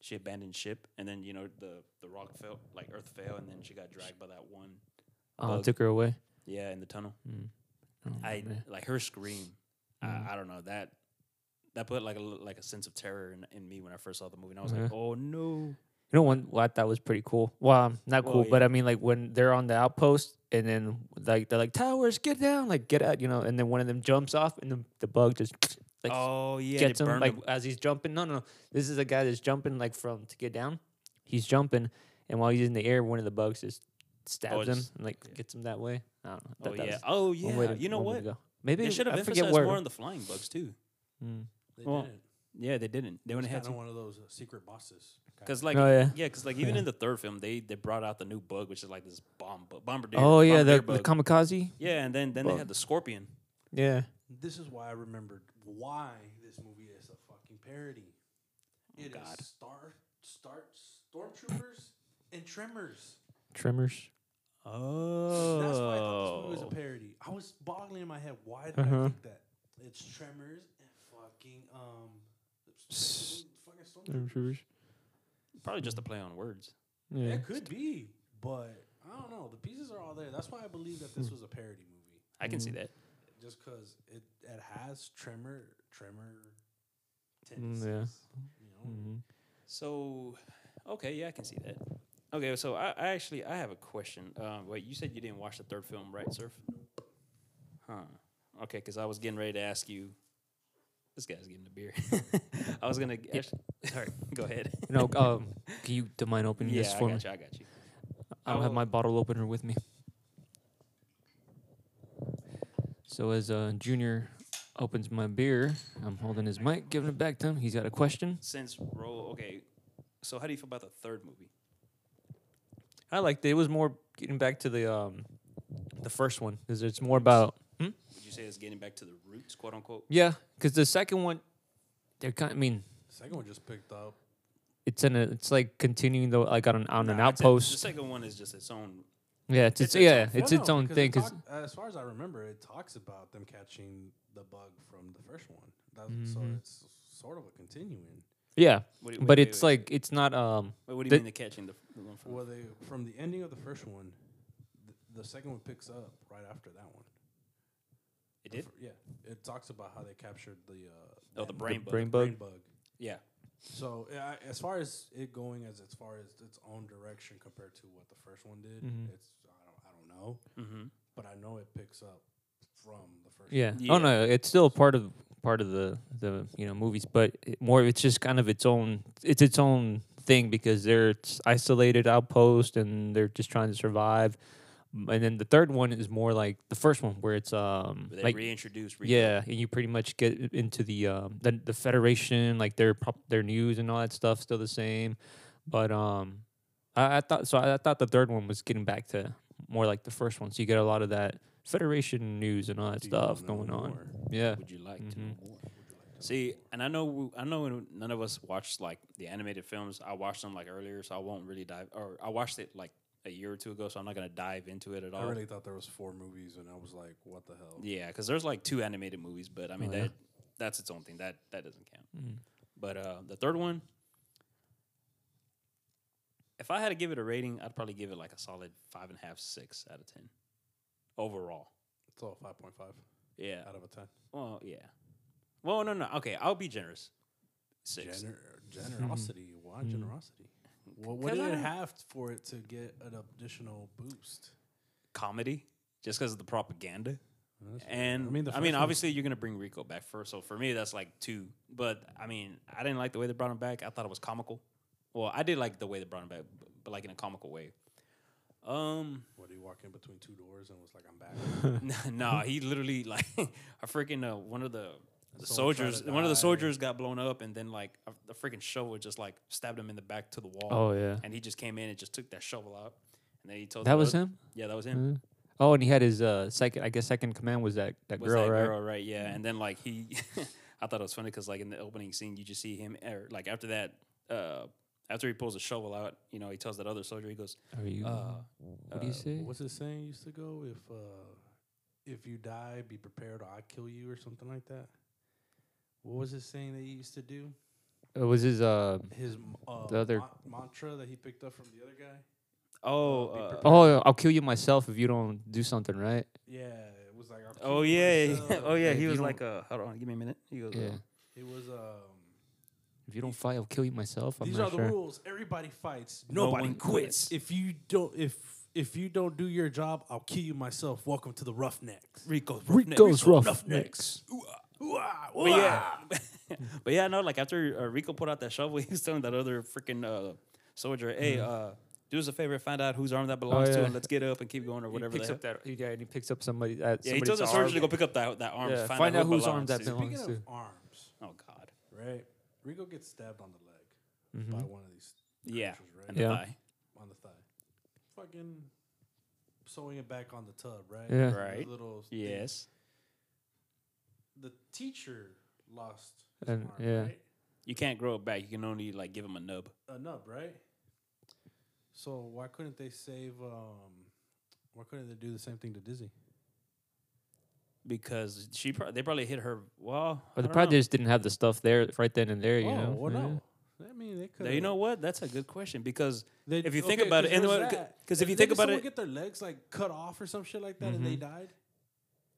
She abandoned ship, and then you know the the rock fell, like Earth fell, and then she got dragged by that one. oh, Bug. it took her away. Yeah, in the tunnel. Oh, I man. like her scream. Mm-hmm. I, I don't know that. That put like a l- like a sense of terror in, in me when I first saw the movie, and I was like, Yeah. "Oh no!" You know, one what I thought was pretty cool. Well, um, not Well, cool, but I mean, like when they're on the outpost, and then like they're like towers, get down, like get out, you know. And then one of them jumps off, and the, the bug just like oh yeah, they gets him burned like as he's jumping. No, no, no. This is a guy that's jumping like from to get down. He's jumping, and while he's in the air, one of the bugs just stabs him just- and like gets him that way. I don't know. I Oh thought that yeah. was Oh one way yeah. to- You know one way what? to go. Maybe They should have I forget emphasized where. more on the flying bugs too. They Well, didn't. Yeah, they didn't. They only It's had kind of to. one of those uh, secret bosses. kinda. Cause like Oh, yeah, yeah. cause like even in the third film they they brought out the new bug which is like this bomb bu- bombardier. oh yeah, the, bombardier the bug. kamikaze. yeah, and then then they had the scorpion. Yeah. This is why I remembered why this movie is a fucking parody. It is Oh God. star, star, stormtroopers and tremors. Tremors. Oh, That's why I thought this movie was a parody. I was boggling in my head. Why did Uh-huh. I think that? It's Tremors and fucking um, Oh, fucking Stormtroopers. probably just a play on words. Yeah. That could be, but I don't know. The pieces are all there. That's why I believe that Hmm. this was a parody movie, I can Mm-hmm. see that. just because it it has Tremor Tremor Mm, tendencies. yeah. Hmm. You know, So, okay, yeah, I can see that. Okay, so I, I actually I have a question. Um, wait, you said you didn't watch the third film, right, Surf? Huh. Okay, because I was getting ready to ask you. This guy's getting a beer. I was gonna. Actually, sorry, go ahead. No, um, can you do mind opening yeah, this I for me? got you. I got you. I don't have I'll- my bottle opener with me. So as uh, Junior opens my beer, I'm holding his mic, giving it back to him. He's got a question. Since roll, okay. So how do you feel about the third movie? I liked it. It was more getting back to the um, the first one because it's more about hmm? Would you say it's getting back to the roots, quote unquote? yeah. Because the second one, they're kind. I mean, Second one just picked up. it's in a. It's like continuing though, like on an on an Nah, I'd say The outpost. second one is just its own. yeah, it's, it's it's, its yeah, own- it's its own thing. Cause as far as I remember, it talks about them catching the bug from the first one. That, So Mm-hmm. it's sort of a continuing. yeah, Wait, wait, but wait, it's wait. like it's not um. Wait, what do you The- mean the catching the, the one from? Well, they from the ending of the first one, the, the second one picks up right after that one. it The did. fir- yeah, it talks about how they captured the uh, Oh, the brain bug. brain bug. brain bug. bug. Yeah. So yeah, I- as far as it going as as far as its own direction compared to what the first one did, Mm-hmm. it's I don't I don't know, Mm-hmm. but I know it picks up from the first. Yeah. one. Oh Yeah. no, it's still part of part of the the you know movies, but it more it's just kind of its own it's its own thing because they're it's isolated outpost and they're just trying to survive. M- And then the third one is more like the first one where it's um They like reintroduced. Rico. yeah, and you pretty much get i- into the um the, the federation like their prop- their news and all that stuff still the same, but um I, I thought so I, I thought the third one was getting back to more like the first one, so you get a lot of that federation news and all that Do you stuff wanna know going on. more? Yeah. Would you like Mm-hmm. to know more? See, and I know, w- I know, none of us watched like the animated films. I watched them like earlier, so I won't really dive. Or I watched it like a year or two ago, so I'm not gonna dive into it at all. I really thought there was four movies, and I was like, what the hell? Yeah, because there's like two animated movies, but I mean Oh, yeah. Mm. that that's its own thing. That that doesn't count. But uh, the third one, if I had to give it a rating, I'd probably give it like a solid five and a half, six out of ten overall. It's all five point five Yeah. out of a ten. Well, yeah. Well, no, no. Okay, I'll be generous. Six. Gener- generosity. Why generosity? Well, what 'Cause did I it don't- have for it to get an additional boost? comedy just because of the propaganda. that's fair. And I I mean, mean, the I mean first one- obviously, you're gonna bring Rico back first. So for me, that's like two. But I mean, I didn't like the way they brought him back. I thought it was comical. Well, I did like the way they brought him back, b- but like in a comical way. Um, What do you walk in between two doors and was like, I'm back? no, he literally like a freaking uh, one of the, the Someone tried to soldiers. One of the die. soldiers got blown up, and then like a, the freaking shovel just like stabbed him in the back to the wall. Oh, yeah. and he just came in and just took that shovel out, and then he told That the was oth- him? Yeah, that was him. Oh, and he had his uh second I guess second command was that that was girl, that right? girl, right? Yeah, and then like he, I thought it was funny because like in the opening scene, you just see him, or like after that, uh, after he pulls a shovel out, you know, he tells that other soldier, he goes, Are you uh, what do you say? What's the saying used to go? If uh, if you die, be prepared, or I kill you, or something like that. What was his saying that he used to do? It was his uh His m- uh, The other- mon- mantra that he picked up from the other guy. "Oh, be uh, prepared. Oh, I'll kill you myself if you don't do something, right? Yeah, it was like. "I'll kill oh you yeah, myself." oh yeah." If He you was don't- like, uh, "Hold on, give me a minute." He goes, Yeah. uh, It was. Um, If you don't fight, I'll kill you myself. I'm these not are the sure. rules. Everybody fights. No Nobody one quits. quits. If you don't, if if you don't do your job, I'll kill you myself. Welcome to the Roughnecks. "Rico, Rico's Roughnecks. Ooh-ah, But ooh-ah. yeah, but yeah, no, like after uh, Rico put out that shovel, he was telling that other freaking uh, soldier, "Hey, uh, do us a favor, find out whose arm that belongs to, Mm-hmm. Oh, yeah. and let's get up and keep going, or whatever." the He picks hell." up that. Yeah, and he picks up somebody. That, Yeah, he tells the somebody's surgeon to arm. go pick up that that arm. Yeah, to find, find out, out who whose arm belongs that to. belongs- Speaking of Honestly. arms, Oh God. right? Rico gets stabbed on the leg by one of these Mm-hmm. Yeah. creatures, right? And the Yeah. thigh. on the thigh. Fucking sewing it back on the tub, right? Yeah. The Right. little thing. Yes. The teacher lost his And- arm, yeah. right? You can't grow it back. You can only like give him a nub. A nub, right? So why couldn't they save? um Why couldn't they do the same thing to Dizzy? Because she pro- they probably hit her well. But I they don't probably know. just didn't have the stuff there right then and there. You oh, know. well, Yeah. no. I mean, they could. Now, you know what? That's a good question because They- if you think okay, about it, 'cause and there's that. because if you Didn't think about someone it, get their legs like cut off or some shit like that, and Mm-hmm. they died.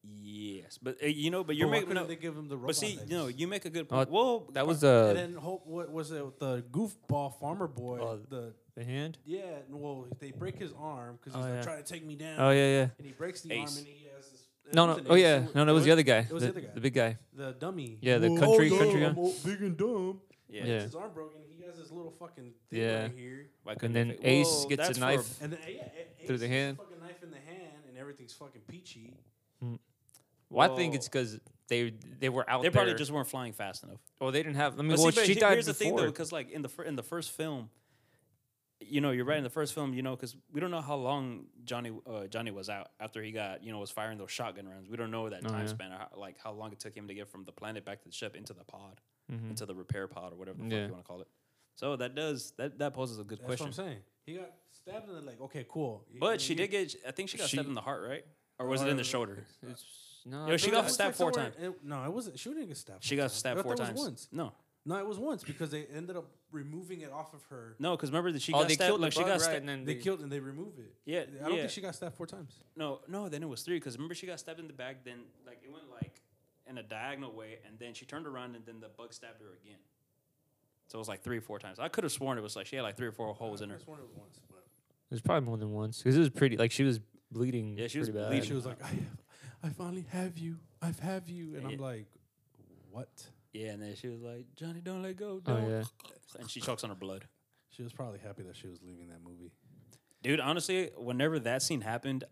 yes. But uh, you know, but you're But why making couldn't no. they give them the robot But see, legs? you know, you make a good Oh, point. well, That was and the then hope what was it the goofball farmer boy Oh, the the hand. yeah well they break his arm because Oh, he's like, yeah. trying to take me down Oh yeah, yeah. and he breaks the Ace. arm and he has this No, no. wasn't Oh it. yeah. No, no. It was the other guy. It was the other guy. The big guy. The dummy. Yeah, the Oh, country- duh, country guy. I'm all big and dumb. Yeah. Yeah. Gets His arm broken. He has this little fucking thing Yeah. right here. Why And couldn't then they fi- Ace Well, gets that's for a knife. And then yeah, it, Through the hand. Fucking knife in the hand, and everything's fucking peachy. Well, I think Whoa. it's because they they were out They there. probably just weren't flying fast enough. Oh, they didn't have. I mean, But well, see, but she he- died here's the thing, before. though, because like in the fir- in the first film, you know, you're right. In the first film, you know, because we don't know how long Johnny uh, Johnny was out after he got you know was firing those shotgun rounds. We don't know that Oh, time yeah. span, or how, like how long it took him to get from the planet back to the ship into the pod, into the repair pod or whatever the Mm-hmm. Yeah. fuck you want to call it. So that does that that poses a good That's question. what I'm saying. He got stabbed in the leg. Okay, cool. Y- y- But she you- did get. I think she got stabbed She- in the heart, right? Or was it in the shoulder? no, Yo, I she think No, got it was, stabbed like, four somewhere- it- no, it wasn't. She didn't get stabbed. She four got times. I stabbed thought four that was times. Once. No, No, it was once because they ended up removing it off of her. no, because remember that she Oh, got they stabbed. killed the Like she got right, stabbed. and then They killed and they remove it. Yeah, I don't yeah. think she got stabbed four times. No, no. Then it was three because remember she got stabbed in the back. Then like it went like in a diagonal way, and then she turned around, and then the bug stabbed her again. So it was like three or four times. I could have sworn it was like she had like three or four holes in her. That's one it was once, but There's probably more than once because it was pretty. Like she was bleeding. Yeah, she was pretty bad. bleeding. she was like, I, have, I finally have you. I've have you, and I'm Yeah. like, what? Yeah, and then she was like, "Johnny, don't let go." Oh Don't. yeah. And she chokes on her blood. She was probably happy that she was leaving that movie. Dude, honestly, whenever that scene happened,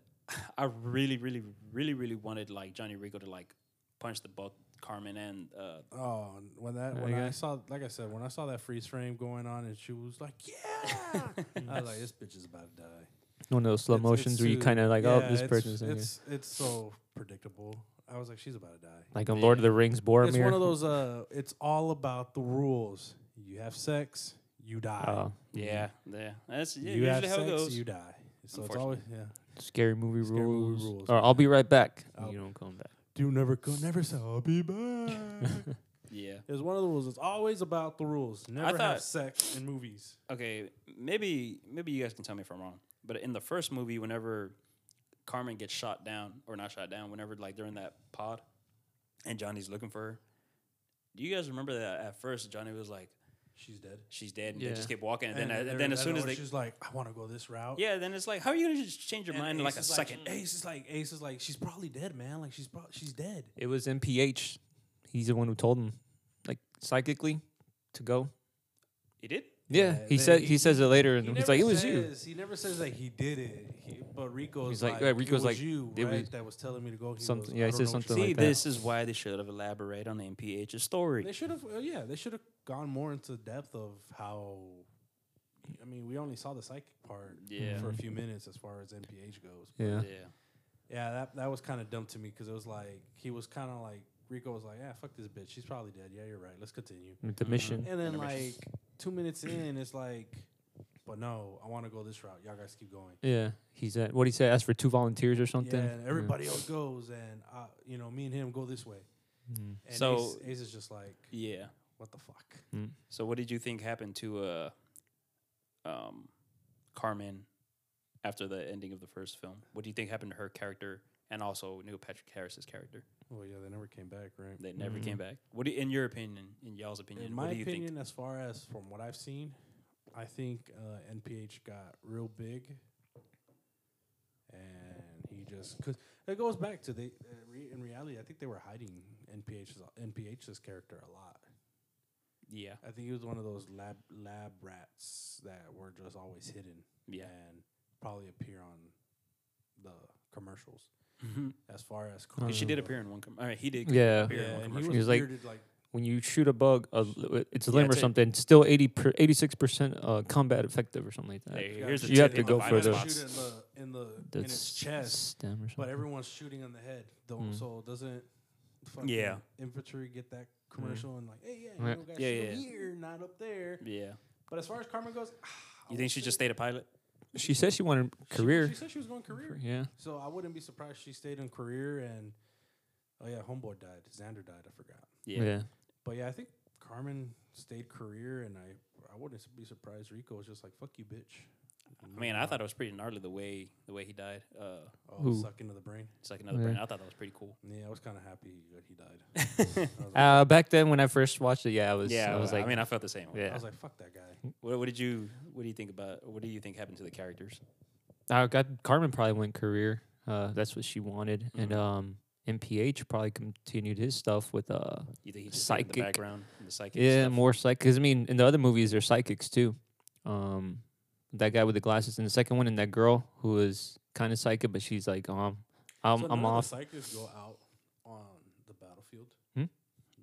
I really, really, really, really wanted like Johnny Rico to like punch the both Carmen and uh, Oh, and when that There when you I go. saw, like I said, when I saw that freeze frame going on, and she was like, "Yeah," I was like, "This bitch is about to die." One of those slow It's- motions it's where you too- kind of like, yeah, oh, this it's- person's in here. It's it's so predictable. I was like, "She's about to die." like on Lord of the Rings Boromir. It's one of those. Uh, it's all about the rules. You have sex, you die. Oh, yeah, yeah. That's yeah, you have usually how sex, it goes. you die. So it's always yeah. scary movie Scary movie rules. rules, Or I'll be right back. Oh. You don't come back. Do never go, never say I'll be back. yeah. it's one of the rules. It's always about the rules. Never have thought- sex in movies. okay, maybe maybe you guys can tell me if I'm wrong, but in the first movie, whenever Carmen gets shot down or not shot down, whenever like during that pod, and Johnny's looking for her, do you guys remember that at first Johnny was like, She's dead. "She's dead," and they Yeah. just keep walking, and, then And and then as I soon know as they she's like, I want to go this route. yeah, then it's like, how are you gonna just change your And mind in Ace like a is second? Ace is like, Ace is like, she's probably dead, man. Like she's probably she's dead. It was MPH. He's the one who told him, like psychically, to go. He did. Yeah, Yeah, he they- said he says it later, and He he's never like, "It was you." says, He never says that he did it. He, but Rico's He's like, like, yeah, it Rico's was like, you, it right? was- that was telling me to go. He something- goes, yeah, I he don't says know what something she like See, did. that. this is why they should have elaborated on the MPH's story. They should have. uh, Yeah, they should have gone more into depth of how. I mean, we only saw the psychic part Yeah. for a few minutes as far as MPH goes. but Yeah. Yeah, that that was kind of dumb to me because it was like he was kind of like Rico was like, "Yeah, fuck this bitch. She's probably dead. Yeah, you're right. Let's continue." with the mission. And then like two minutes in, it's like, "But no, I want to go this route. Y'all guys keep going." Yeah, he's at what he said. Asked for two volunteers or something. Yeah, and everybody else goes, and I, you know, me and him go this way. And So- Ace, Ace is just like, Yeah. Yeah. "What the fuck?" So what did you think happened to uh um Carmen after the ending of the first film? What do you think happened to her character and also Neil Patrick Harris's character? Well, yeah, they never came back, right? They never came Mm-hmm. back. What do you, in your opinion, in y'all's opinion, In my what do you opinion, think? as far as from what I've seen, I think uh, NPH got real big, and he just because it goes back to they uh, re, in reality. I think they were hiding NPH's NPH's character a lot. Yeah. I think he was one of those lab lab rats that were just always hidden, Yeah. and probably appear on the commercials. Mhm. As far as 'Cause she did Carmen appear in one. Com- all right, he did. Uh, Yeah. appear in goes, one yeah, and he commercial. was, He was like- bearded like When you shoot a bug, a, l- it's a limb or it's a- something. Still 80 per, 86% uh, combat effective or something like that. There you Yeah, Here's the You have tip to on go the for He vital the- got spots. shoot in the in the The in his s- chest, stem or something. but everyone's shooting on the head. Though, Mm. So doesn't fucking Yeah. Mm. infantry get that commercial and like, hey, yeah, you Right. know, guys Yeah, shoot yeah. here, not up there. Yeah. But as far as Carmen goes, ah, I You think she would just say stayed a pilot? she said she wanted she- career. She, said she was going career, yeah. so I wouldn't be surprised she stayed in career. And oh yeah, homeboy died. Xander died. I forgot. Yeah. But yeah, I think Carmen stayed career, and I I wouldn't be surprised. Rico was just like, fuck you, bitch. I mean, I thought it was pretty gnarly the way the way he died. Uh, Oh, Who? suck into the brain. it's like another Yeah. brand. I thought that was pretty cool. Yeah, I was kind of happy that he died. I was like, Uh, back then when I first watched it, yeah, I was, Yeah, I was like, I mean, I felt the same. Way. yeah. I was like, fuck that guy. What, what did you What do you think about? What do you think happened to the characters? I got Carmen probably went career. Uh, Uh, that's what she wanted, Mm-hmm. and um, MPH probably continued his stuff with uh, You think he's just like the Psychic. background, and the psychic. yeah, stuff? more psych. Because I mean, in the other movies, they're psychics too. Um, that guy with the glasses in the second one, and that girl who is kind of psychic, but she's like, um, I'm, So none of I'm the off. psychics go out on the battlefield.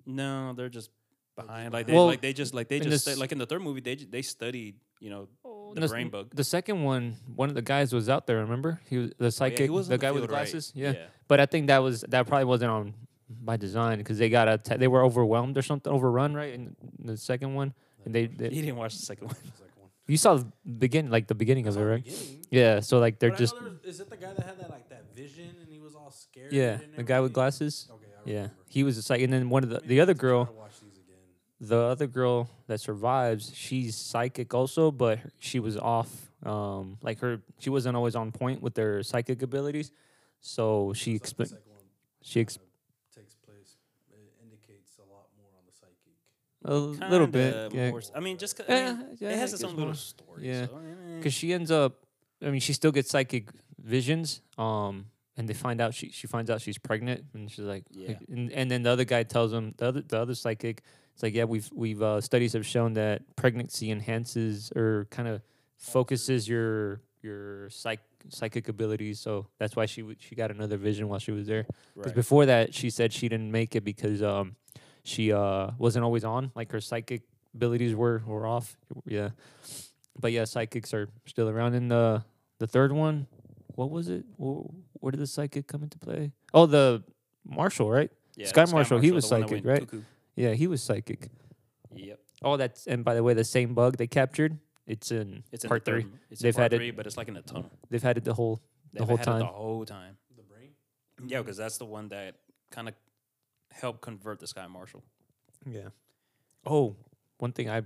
No, they're just behind. Like they, Well, like they just, like they in just, this- stu- like in the third movie, they ju- they studied, you know, the s- brain bug. Oh, The second one, one of the guys was out there. Remember, he was the yeah, he psychic, was on the the guy with the field, right. glasses. Yeah. Yeah. but I think that was that probably wasn't on by design because they got a they were overwhelmed or something, overrun right in in the second one, and they, they He didn't watch the second one. you saw the beginning like the beginning of it, right? Yeah, so like they're But I know just there was- is it the guy that had that like that vision and he was all scared? yeah, and the guy with everything? glasses. Okay, I Yeah, remember. he was a psychic, and then one of the the I other just gotta girl, watch these again. the other girl that survives, she's psychic also, but her- she was off. Um, like her, she wasn't always on point with their psychic abilities, so she It's like exp- the second one she ex- takes place. It indicates a lot more on the psychic. a little bit, Kinda yeah, more s- I mean, just 'cause- I Yeah, mean, yeah, I it has think its own it's little more- story. yeah. so, eh. because she ends up. I mean, she still gets psychic visions. Um, and they find out she she finds out she's pregnant, and she's like, Yeah. and, and then the other guy tells him the other the other psychic, it's like, yeah, we've we've uh, studies have shown that pregnancy enhances or kind of focuses your your psych psychic abilities. So that's why she w- she got another vision while she was there. Because Right. before that, she said she didn't make it because um she uh wasn't always on like her psychic abilities were were off. Yeah, but yeah, psychics are still around. In the the third one, what was it? Where, where did the psychic come into play? Oh, the Marshall, right? Yeah, Sky Marshall, he was the one that psychic, went right? cuckoo. Yeah, he was psychic. Yep. Oh, that's and by the way, the same bug they captured. It's in It's in part the third three. m- It's They've in part had it- three, but it's like in a tunnel. They've had it the whole the They've whole had time. It the whole time. The brain. Yeah, because that's the one that kind of helped convert the Sky Marshal. Yeah. Oh, one thing I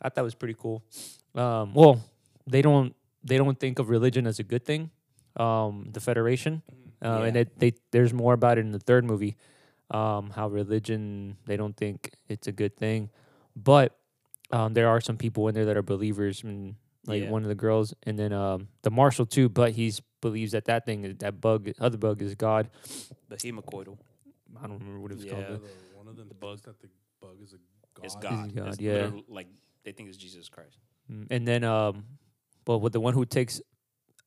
I thought was pretty cool. Um, well, they don't they don't think of religion as a good thing. Um, the Federation, uh, Mm, and Yeah. it, they there's more about it in the third movie. Um, how religion they don't think it's a good thing, but um, there are some people in there that are believers, and like Yeah. one of the girls, and then um, the marshal too. But he's believes that that thing is that bug other bug is God. The hemocoidal. I don't remember what it was Yeah. called. but- The, one of them. The bug. That the bug is a god. It's God. God, It's yeah. literal- Like they think it's Jesus Christ. Mm, And then, um, but with the one who takes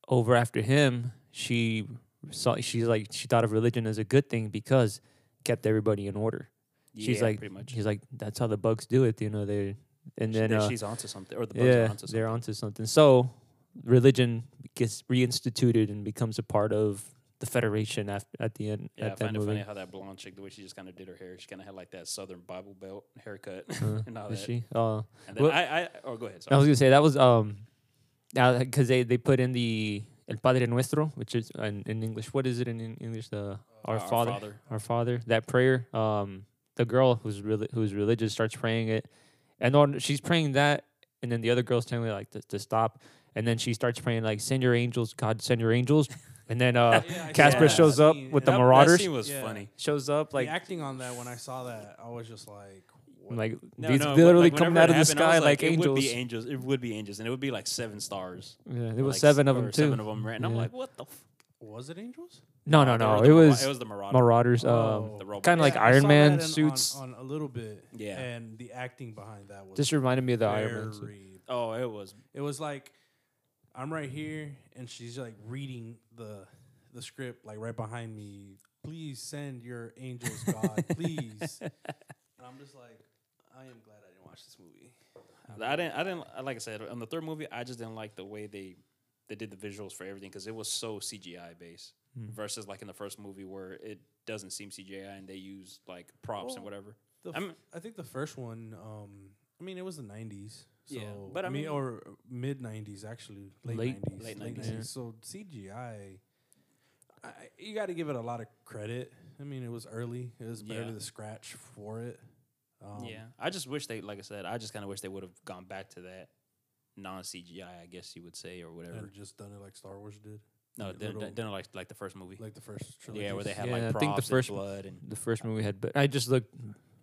over after him, she saw she's like she thought of religion as a good thing because kept everybody in order. She's Yeah, like, pretty much. he's like, that's how the bugs do it, you know. They and She- then that uh, she's onto something, or the bugs yeah, are onto something. they're onto something. So religion gets reinstituted and becomes a part of the federation af- at the end. Yeah, I at that find it movie. funny how that blonde chick, the way she just kind of did her hair, she kind of had like that Southern Bible Belt haircut Uh, and all is that. she? Uh, And then Well- I, I, oh, go ahead. I was Sorry. gonna say that was um, now because they they put in the El Padre Nuestro, which is in, in English. What is it in, in English? The Our, Our Father, Father. Our Father. That prayer. Um, the girl who's really who's religious starts praying it, and on she's praying that, and then the other girl's telling her like to, to stop, and then she starts praying like send your angels, God send your angels, and then uh, I Casper saw that shows up scene, with and the that- that Marauders. That scene was Yeah. funny. shows up Like like acting on that when I saw that, I was just like, what? like No, these no, they but, literally like, coming whenever out it of the happened, I was sky like, like, it would angels. be angels. It would be angels, and it would be like seven stars. yeah, there was like, seven of or them too. Seven of them, right? And I'm Yeah. like, what the? F-? was it angels? no, no, They no. were the It Mara- was It was the Marauders. Marauders. Oh. Um, the robot. kind of like Yeah, I Iron saw Man that in- on- suits. on, a little bit. Yeah. and the acting behind that was This reminded me of the Iron Man. suit. very Oh, it was. It was like I'm right here, and she's like reading the the script like right behind me. Please send your angels, God, please. And I'm just like, I am glad I didn't watch this movie. I didn't. I didn't. Like I said, on the third movie, I just didn't like the way they they did the visuals for everything because it was so CGI based Hmm. versus like in the first movie where it doesn't seem CGI and they use like props and Well, whatever. The f- I'm- I think the first one. Um, I mean, it was the '90s. So, Yeah, but I mean- or mid '90s actually, late, Late- '90s, late 90s, yeah. So CGI, I, you got to give it a lot of credit. I mean, it was early. It was barely Yeah. the scratch for it. Um, yeah, I just wish they, like I said, I just kind of wish they would have gone back to that non CGI, I guess you would say, or whatever. and just done it like Star Wars did, no, like didn't, little- didn't like like the first movie. like the first trilogy. yeah, where they had Yeah, I like think props the first- and blood and The first movie had, but I just looked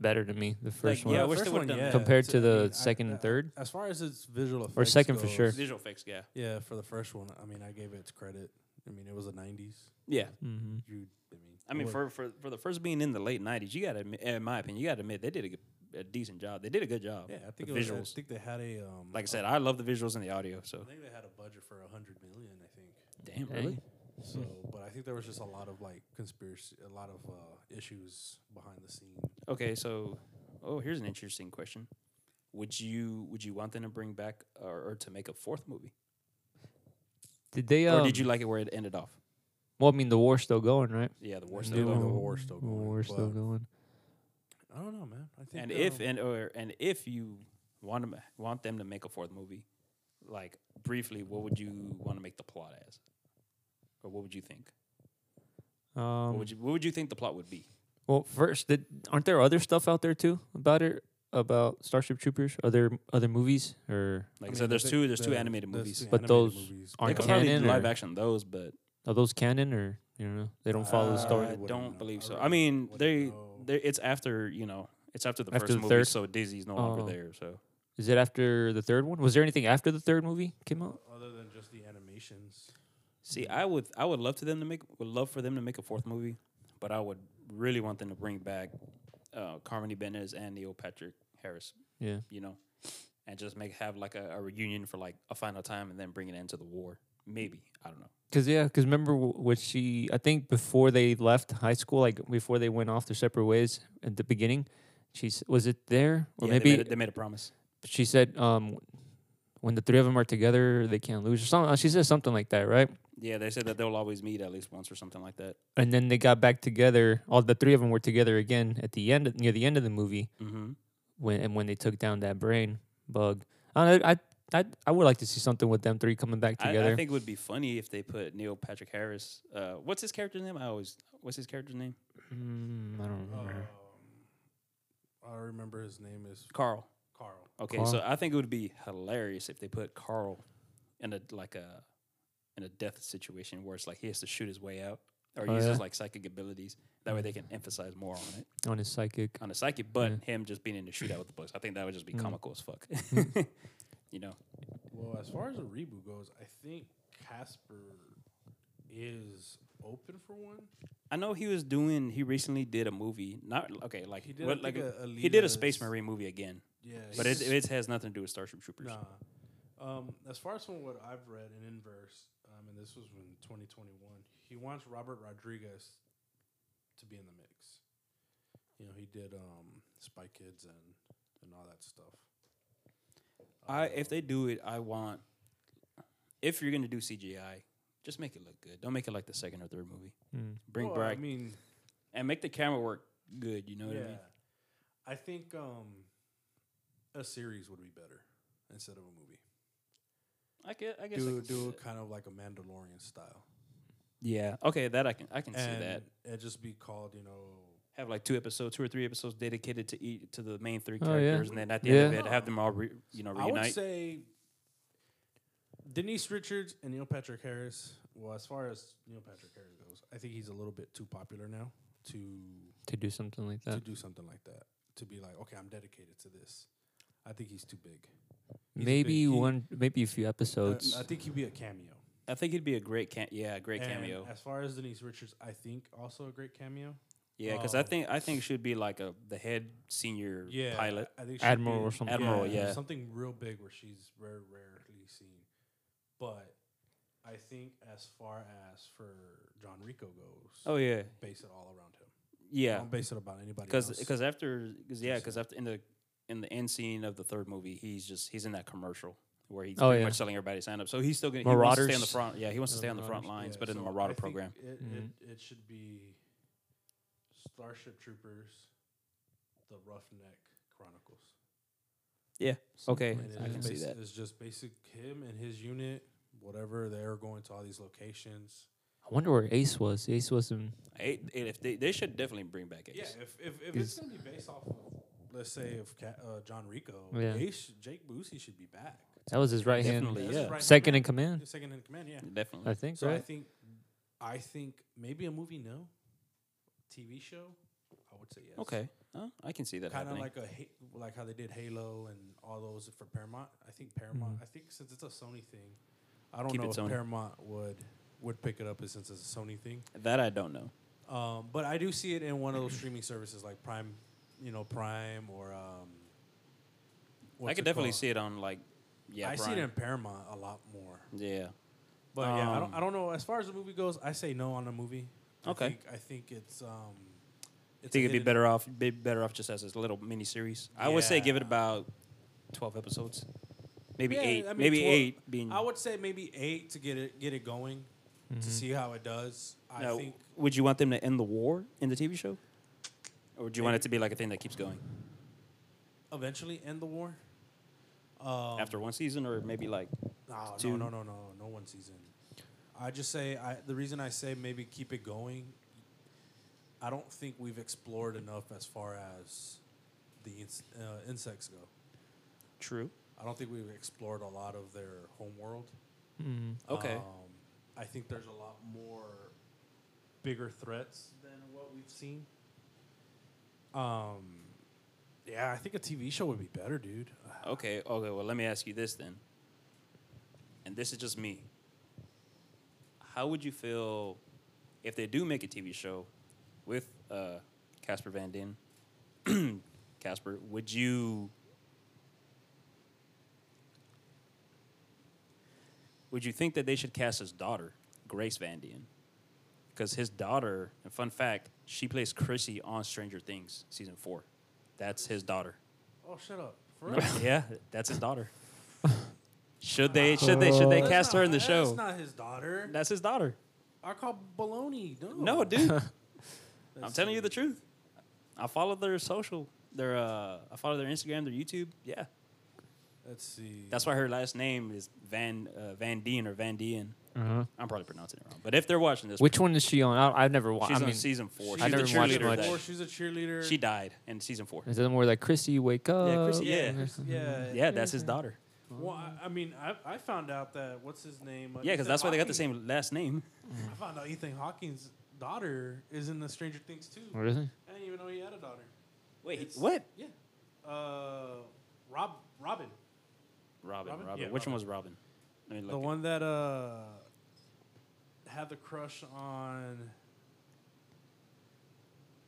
better to me. The first yeah, I one wish they would've done that. compared to the second and third. As far as its visual effects second for goes, sure. visual effects. Yeah, Yeah, for the first one, I mean, I gave it its credit. I mean, it was the '90s. Yeah. Mm-hmm. You, I mean, I mean, what- for, for for the first being in the late '90s, you got to, in my opinion, you got to admit they did a, good- a decent job. They did a good job. yeah, I think the it was, visuals. I think they had a um, like I said, I love the visuals and the audio. I So think they had a budget for a hundred million. I think. damn, really? So, but I think there was just a lot of like conspiracy, a lot of uh, issues behind the scene. Okay, so oh, here's an interesting question. Would you would you want them to bring back or, or to make a fourth movie, Did they? Um, or did you like it where it ended off? Well, I mean, the war's still going, right? Yeah, the war New still one. going. The war's still The going, war's still but- going. I don't know, man. I think And if um, and or and if you want them want them to make a fourth movie, like briefly, what would you want to make the plot as, or what would you think? Um, what would you What would you think the plot would be? well, first, did, aren't there other stuff out there too about it? About Starship Troopers? Other other movies or Like I I mean, said, there's the- two there's the- two animated there's movies. two But animated those movies, They aren't could but- probably do canon live or- action those, but are those canon or you don't know? They don't follow the Uh, story. I wouldn't don't know. believe I so. I really mean, wouldn't they, know. they it's after you know, it's after the After first the movie, third? so Disney's no longer Oh. there. So Is it after the third one? Was there anything after the third movie came out? other than just the animations. see, I would I would love to them to make would love for them to make a fourth movie, but I would really want them to bring back uh, Carmody Benez and Neil Patrick Harris. Yeah. You know, and just make have like a, a reunion for like a final time, and then bring it into the war. Maybe I don't know. Cause yeah, cause remember wh- what she? I think before they left high school, like before they went off their separate ways at the beginning, she s- was it there or Yeah, maybe they made, a, they made a promise. she said um when the three of them are together they can't lose or something. She said something like that, right? Yeah, they said that they'll always meet at least once or something like that. And then they got back together. All the three of them were together again at the end near the end of the movie Mm-hmm. when and when they took down that brain bug. I don't know, I I I would like to see something with them three coming back I- together. I, think it would be funny if they put Neil Patrick Harris. Uh, what's his character's name? I always what's his character's name? Mm, I don't Oh. Um, remember. I remember his name is Carl. Carl. Okay, Carl. so I think it would be hilarious if they put Carl in a like a in a death situation where it's like he has to shoot his way out or Oh, uses yeah? like psychic abilities. That way they can emphasize more on it On his psychic. on the psychic. But him just being in the shootout with the books, I think that would just be Mm. comical as fuck. you know, Well, as far as a reboot goes, I think Casper is open for one. I know he was doing. He recently did a movie. Not okay, like He did, I what- think, like a- a uh, he did a Alita's- Space Marine movie again, Yeah, but it, it has nothing to do with Starship Troopers. Nah. Um, as far as from what I've read in Inverse, um, and this was in 2021, he wants Robert Rodriguez to be in the mix. You know, he did um, Spy Kids and, and all that stuff. I if they do it, I want. If you're gonna do CGI, just make it look good. Don't make it like the second or third movie. Mm. Bring Well, back I mean, and make the camera work good. You know what yeah. I mean? I think um, a series would be better instead of a movie. I get. I guess. I Do can see do that. it kind of like a Mandalorian style. Yeah. Okay. That I can. I can see that. it just be called, you know, Have like two episodes, two or three episodes dedicated to each to the main three Oh, yeah. characters, and then at the end Yeah. of it, have them all re, you know I would reunite. say Denise Richards and Neil Patrick Harris. Well, as far as Neil Patrick Harris goes, I think he's a little bit too popular now to To do something like to that. do something like that. To be like, okay, I'm dedicated to this. I think he's too big. he's a Maybe big- he- one maybe a few Uh, episodes. I think he'd be a cameo. I think it'd be a great cam. Yeah, a great And cameo. As far as Denise Richards, I think also a great cameo. Yeah, because I um, think I think she'd be like a the head senior pilot. I think she'd Admiral be- or something. Admiral, yeah. something real big where she's very rarely seen. But I think as far as for John Rico goes, Oh yeah, base it all around him. yeah. Don't base it about anybody because else. because after cause, yeah because after in the in the end scene of the third movie he's just he's in that commercial where he's Oh, pretty yeah. much telling everybody to sign up so he's still gonna he wants to stay on the Marauders. front yeah he wants to Uh, stay on the front Marauders, lines Yeah, but in the so I Marauder think program it, Mhm. it, it should be Starship Troopers, The Roughneck Chronicles. yeah okay like I it's can see basi- that It's just basic him and his unit, whatever. They're going to all these locations. I wonder where Ace was. Ace was in I, if they, they should definitely bring back Ace Yeah, if if, if Is- it's gonna be based off of, let's say, of Ca- uh, John Rico, Yeah. he sh- Jake Boosie should be back. that was his right Definitely, hand That's his yeah. right-hand second in man. command. His Second in command, yeah. definitely I think So I right. think, I think maybe a movie, no, TV show, I would say yes. okay Huh? I can see that Kind of happening like a Ha- like how they did Halo and all those for Paramount. I think Paramount. I think since it's a Sony thing, I don't Mm-hmm. Keep know it if Sony. Paramount would would pick it up is since it's a Sony thing. That I don't know. Um, but I do see it in one of those streaming services like Prime, you know, Prime or. Um, I could definitely see it on like, yeah. I see it in Prime. Paramount a lot more. Yeah. But yeah, I don't, Um, I don't know. As far as the movie goes, I say no on the movie. I Okay. think, I think it's. Um, I it's think a it'd be hidden- better off be better off just as this little mini series. I would say give it Yeah. about twelve episodes, maybe Yeah, eight, I mean, maybe 12 eight. Being I would say maybe eight to get it get it going, to see how it does. I Now, think would you want them to end the war in the TV show, or do you want it to be like a thing that keeps going eventually end the war. Um, after one season, or maybe like No, two- no, no, no, no, no one season. I just say I. The reason I say maybe keep it going. I don't think we've explored enough as far as the ins- uh, insects go. true? I don't think we've explored a lot of their homeworld. Okay. Um, I think there's a lot more bigger threats than what we've seen. Um, yeah, I think a TV show would be better, dude. Uh, Ah, Okay, okay. Well, let me ask you this then. And this is just me. How would you feel if they do make a TV show with uh, Casper Van Den? Casper, would you would you think that they should cast his daughter, Grace Van Den? Because his daughter, and fun fact, she plays Chrissy on Stranger Things season four. That's his daughter. Oh, shut up. For No, real? yeah, that's his daughter. Should they? Should they? Should they That's cast her not- in the That's show? not his daughter. That's his daughter. I call baloney. No, dude. I'm That's telling you the crazy. truth. I follow their social. Their uh, I follow their Instagram, their YouTube. Yeah, Let's see. that's why her last name is Van uh, Van Deen or Van Dien. Uh-huh. I'm probably pronouncing it wrong. But if they're watching this, Which one is she on? I, I've never watched. she's I mean, on season four. She's I the never watched cheerleader much. Or that- she's a cheerleader. She died in season four. is it more like Chrissy wake up? Chrissy, yeah. Chris- yeah. Yeah, that's his daughter. Well, I, I mean, I, I found out that what's his name? uh, Yeah, because Ethan that's why they got the Hawke. same last name. I found out Ethan Hawking's daughter is in the Stranger Things too. What is it? I didn't even know he had a daughter. Wait, It's- what? Yeah. Uh, Rob Robin. Robin. Robin. Robin? Yeah, Which Robin. one was Robin? Let me look the it- one that uh had the crush on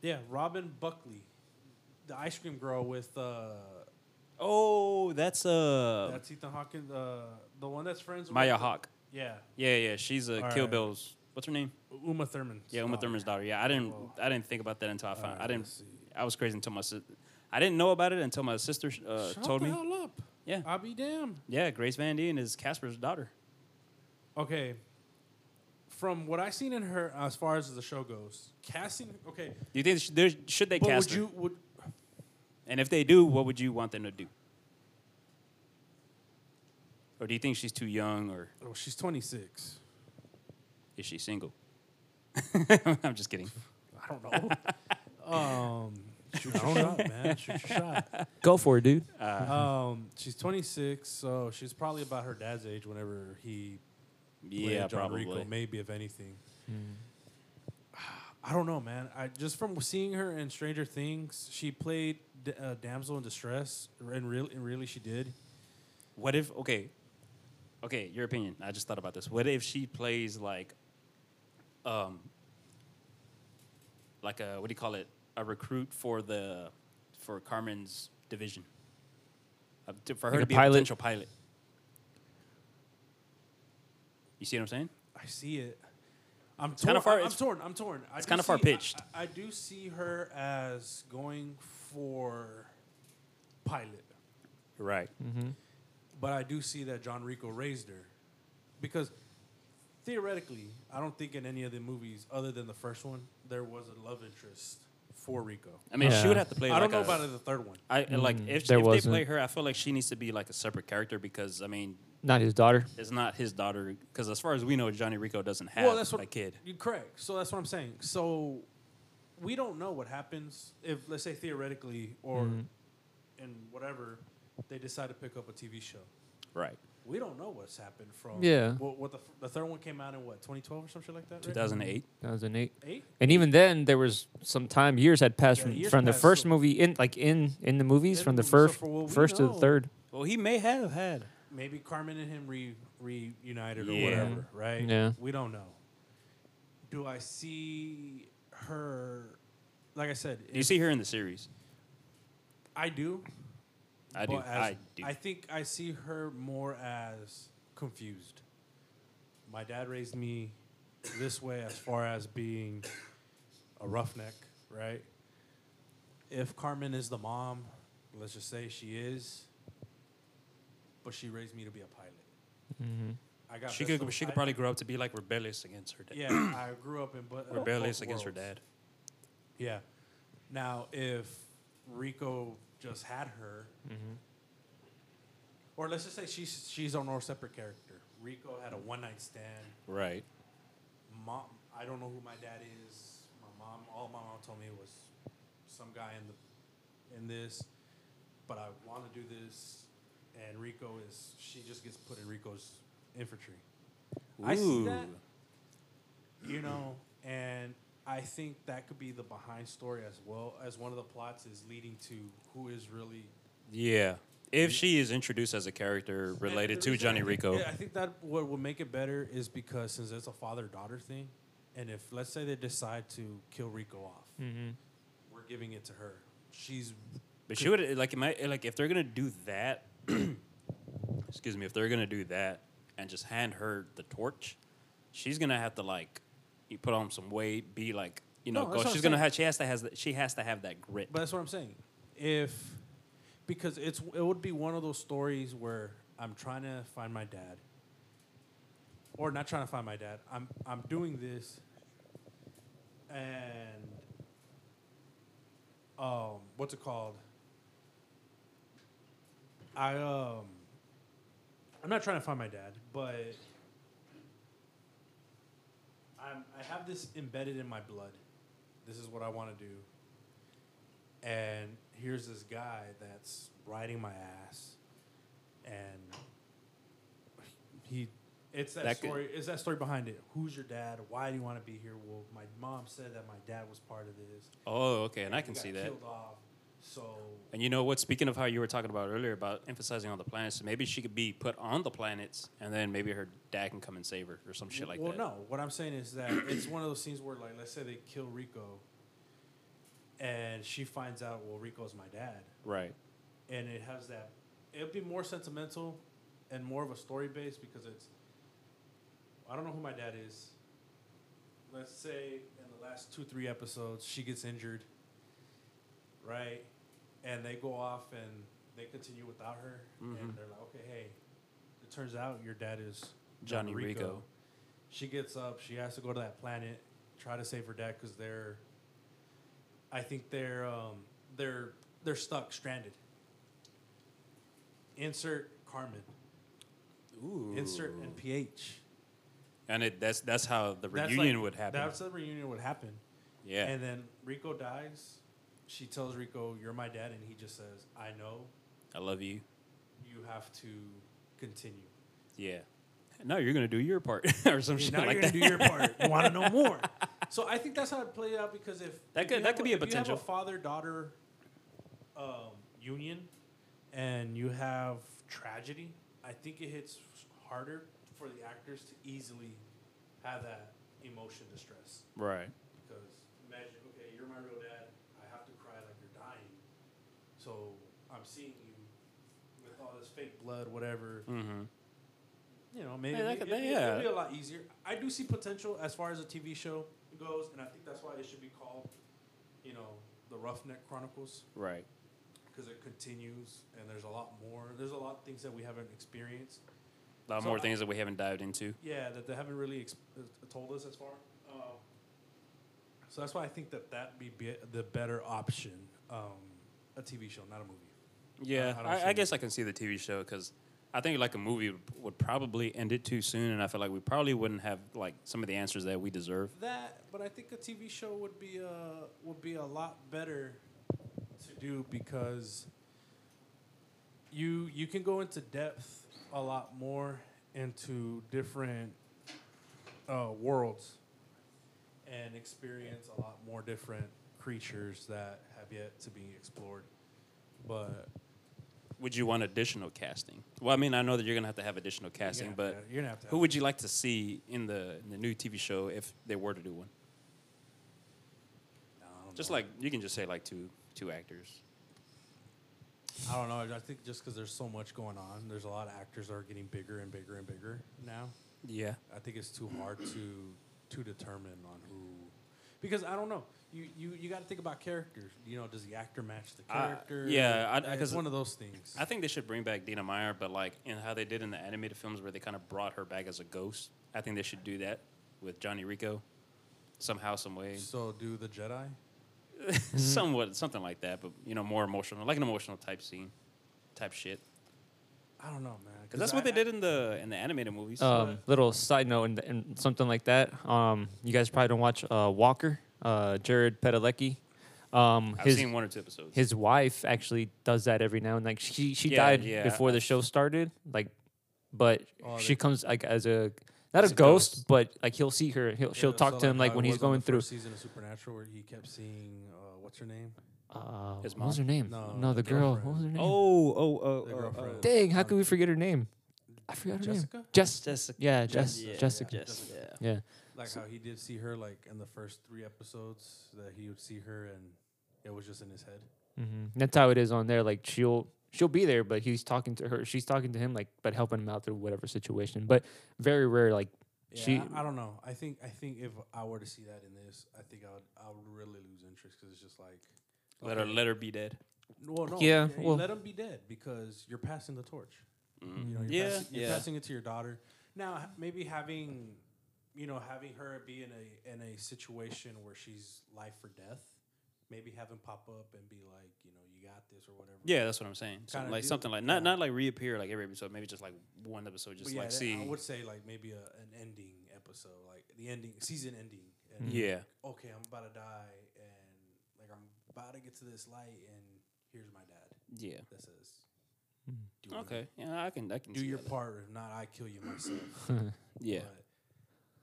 Yeah, Robin Buckley. The ice cream girl with uh Oh, that's uh that's Ethan Hawking, uh the one that's friends with Maya Hawk. Yeah. Yeah, yeah, she's a All Kill right. Bill's. What's her name? Uma Thurman. Yeah, Uma Thurman's daughter. Yeah, I didn't Well. I didn't think about that until I All found right, I Uh, let's didn't see. I was crazy until my sister. I didn't know about it until my sister uh, Shut told the me. hell up. Yeah. I'll be damned. Yeah, Grace Van Dien is Casper's daughter. Okay. From what I seen in her as far as the show goes, casting okay. Do you think sh- there, should they but cast would her? you would And if they do, what would you want them to do? Or do you think she's too young or oh, she's twenty six. is she single? I'm just kidding. I don't know. um, shoot your shot, man. Shoot your shot. Go for it, dude. Uh-huh. Um, she's 26, so she's probably about her dad's age whenever he played Yeah, John probably. Rico, maybe if anything. Hmm. I don't know, man. I just from seeing her in Stranger Things, she played d- uh, damsel in distress, and really, and really, she did. What if okay, okay, your opinion. I just thought about this. What if she plays like, um, like a what do you call it? A recruit for the for Carmen's division. Uh, to- for her to Like a be a pilot? potential pilot. You see what I'm saying? I see it. I'm kinda torn. far- I'm it's- torn. I'm torn. I it's do kinda see- far-pitched. I, I do see her as going for pilot. Right. But I do see that John Rico raised her. Because theoretically, I don't think in any of the movies, other than the first one, there was a love interest for Rico. I mean, she Yeah. Mm-hmm. would have to play. I like don't know a- about it, the third one. I like if, there if they play wasn't. her, I feel like she needs to be like a separate character because I mean, Not his daughter. it's not his daughter. Because as far as we know, Johnny Rico doesn't have well, that's what a kid. You're correct. So that's what I'm saying. So we don't know what happens if, let's say, theoretically or Mm-hmm. in whatever, they decide to pick up a TV show. Right. We don't know what's happened from Yeah. What, what the, f- the third one came out in what 2012 or something like that. Right? 2008. That was an eight. Eight. And even then, there was some time. Years had passed Yeah, from, years from the passed, first so- movie in, like in in the movies, In from the the movies, so first for what we first to know- the third. Well, he may have had. maybe Carmen and him re reunited or Yeah. whatever, right? Yeah. We don't know. do I see her? Like I said, Do you if- see her in the series? I do. I do. but as- I do. I think I see her more as confused. My dad raised me this way as far as being a roughneck, right? If Carmen is the mom, let's just say she is, but she raised me to be a pilot. I got she best could. of- She could I- probably grow up to be like rebellious against her dad. Yeah, I grew up in but oh, rebellious against her dad. Yeah. Now, if Rico just had her, or let's just say she's she's on our separate character. Rico had a one night stand. Right. Mom, I don't know who my dad is. My mom, all my mom told me was some guy in the in this, but I want to do this. And Rico is she just gets put in Rico's infantry. I see that Ooh. you know and i think that could be the behind story as well as one of the plots is leading to who is really Yeah. If she is introduced as a character related And the to reason Johnny I think- Rico, yeah, i think that what would make it better is because since it's a father-daughter thing and if let's say they decide to kill rico off Mm-hmm. we're giving it to her she's but she would like it might like if they're gonna do that. excuse me. If they're gonna do that and just hand her the torch, she's gonna have to like you put on some weight, be like you know, No, that's go, what I'm she's gonna saying. have she has to has that she has to have that grit. But that's what I'm saying. If because it's it would be one of those stories where I'm trying to find my dad, or not trying to find my dad. I'm I'm doing this, and um, what's it called? I um, I'm not trying to find my dad, but I'm I have this embedded in my blood. This is what I want to do and here's this guy that's riding my ass, and he. It's that, That could- story. It's that story behind it. Who's your dad? Why do you want to be here? Well, my mom said that my dad was part of this. oh, okay, and I He can got see that. Killed off. So And you know what? Speaking of how you were talking about earlier about emphasizing on the planets, maybe she could be put on the planets, and then maybe her dad can come and save her or some shit like well, that. no. What I'm saying is that it's one of those scenes where, like, let's say they kill Rico, and she finds out, well, Rico's my dad. Right. and it has that it'd be more sentimental and more of a story base because it's i don't know who my dad is let's say in the last two three episodes she gets injured right and they go off and they continue without her Mm-hmm. and they're like okay hey it turns out your dad is Johnny Rico. she gets up she has to go to that planet try to save her dad because they're i think they're um, they're they're stuck stranded insert Carmen. Ooh. Insert and PH. And it, that's that's how the That's reunion like- would happen. That's the reunion would happen. yeah. And then Rico dies. She tells Rico, "You're my dad," and he just says, "I know. I love you. You have to continue. Yeah. No, you're gonna do your part or some shit now like you're that. gonna do your part. You want to know more." So I think that's how it played out because if That if could- you that have could be a if you have potential. father daughter um, union, and you have tragedy, I think it hits harder for the actors to easily have that emotion distress. Right. Because imagine, okay, you're my real dad. I have to cry like you're dying. So I'm seeing you with all this fake blood, whatever. Mm-hmm. You know, maybe Yeah, that it, could- it, yeah. will be a lot easier. I do see potential as far as a TV show goes, and I think that's why it should be called, you know, the Roughneck Chronicles Right. because it continues and there's a lot more. There's a lot of things that we haven't experienced. A lot So more I- things that we haven't dived into. Yeah, that they haven't really ex- uh, told us as far. Um, so that's why I think that that be, be the better option, um, a TV show, not a movie. Yeah, I don't see I, I it. guess I can see the TV show because I think like a movie would- would probably end it too soon, and I feel like we probably wouldn't have like some of the answers that we deserve. That, but I think a TV show would be uh would be a lot better to do because you you can go into depth a lot more into different uh, worlds and experience a lot more different creatures that have yet to be explored. But would you want additional casting? Well, I mean, I know that you're gonna have to have additional casting, have to but have- you're gonna have to who have- would you like to see in the in the new TV show if they were to do one? Just like you can just say like two two actors. I don't know. I think just because there's so much going on, there's a lot of actors that are getting bigger and bigger and bigger now. Yeah. I think it's too hard to to determine on who, because I don't know. You you, you got to think about characters. You know, does the actor match the Uh, character? yeah, I- I- it's 'cause one of those things. I think they should bring back Dina Meyer, but like in how they did in the animated films where they kind of brought her back as a ghost. I think they should do that with Johnny Rico, somehow, some way, so do the Jedi. somewhat, something like that. But you know, more emotional, like an emotional type scene, type shit. I don't know, man. Because that's I- what they I- did in the in the animated movies. Um, little side note and, and something like that. Um, you guys probably don't watch uh, Walker, uh, Jared Padalecki. Um, I've his seen one or two episodes. his wife actually does that every now and like she she Yeah, died yeah, before I- the show started. Like, but Oh, she they- comes like as a not As a a ghost, ghost. but like he'll see her. He'll, she'll Yeah, talk so to him how like it when he's was on the going through. first season of Supernatural, where he kept seeing uh, what's her name? Uh, His what was her mom? name? No, No, the the, girl. girlfriend. What was her name? oh, oh, The girlfriend. Um, dang! How could we forget her name? I forgot her name. Jessica? Jess. Jessica. Yeah, Jess. Jessica. Jess, yeah. Yeah. Like how he did see her like in the first three episodes that he would see her and it was just in his head. hmm Mm-hmm. That's how it is on there. Like she'll she'll be there, but he's talking to her. She's talking to him, like but helping him out through whatever situation. But very rare, like Yeah, she. I, I don't know. I think I think if I were to see that in this, I think I would I would really lose interest because it's just like, Let her let her be dead. well, no, Yeah, you well- let them be dead because you're passing the torch. You know, you're, Mm. Yeah, passing, you're yeah. passing it to your daughter. Now, h- maybe having, you know, having her be in a in a situation where she's life or death. Maybe have him pop up and be like, you know, you got this or whatever. Yeah, that's what I'm saying. Something Kinda like do- something like not yeah. not like reappear like every episode. Maybe just like one episode. But Just yeah, like that- see. I would say like maybe a, an ending episode, like the ending season ending. Mm-hmm. And yeah. okay, I'm about to die, and like I'm about to get to this light, and here's my dad Yeah. that says, do your- Okay. Yeah, I can. I can do see your that. part. If not, I kill you myself." Yeah. But,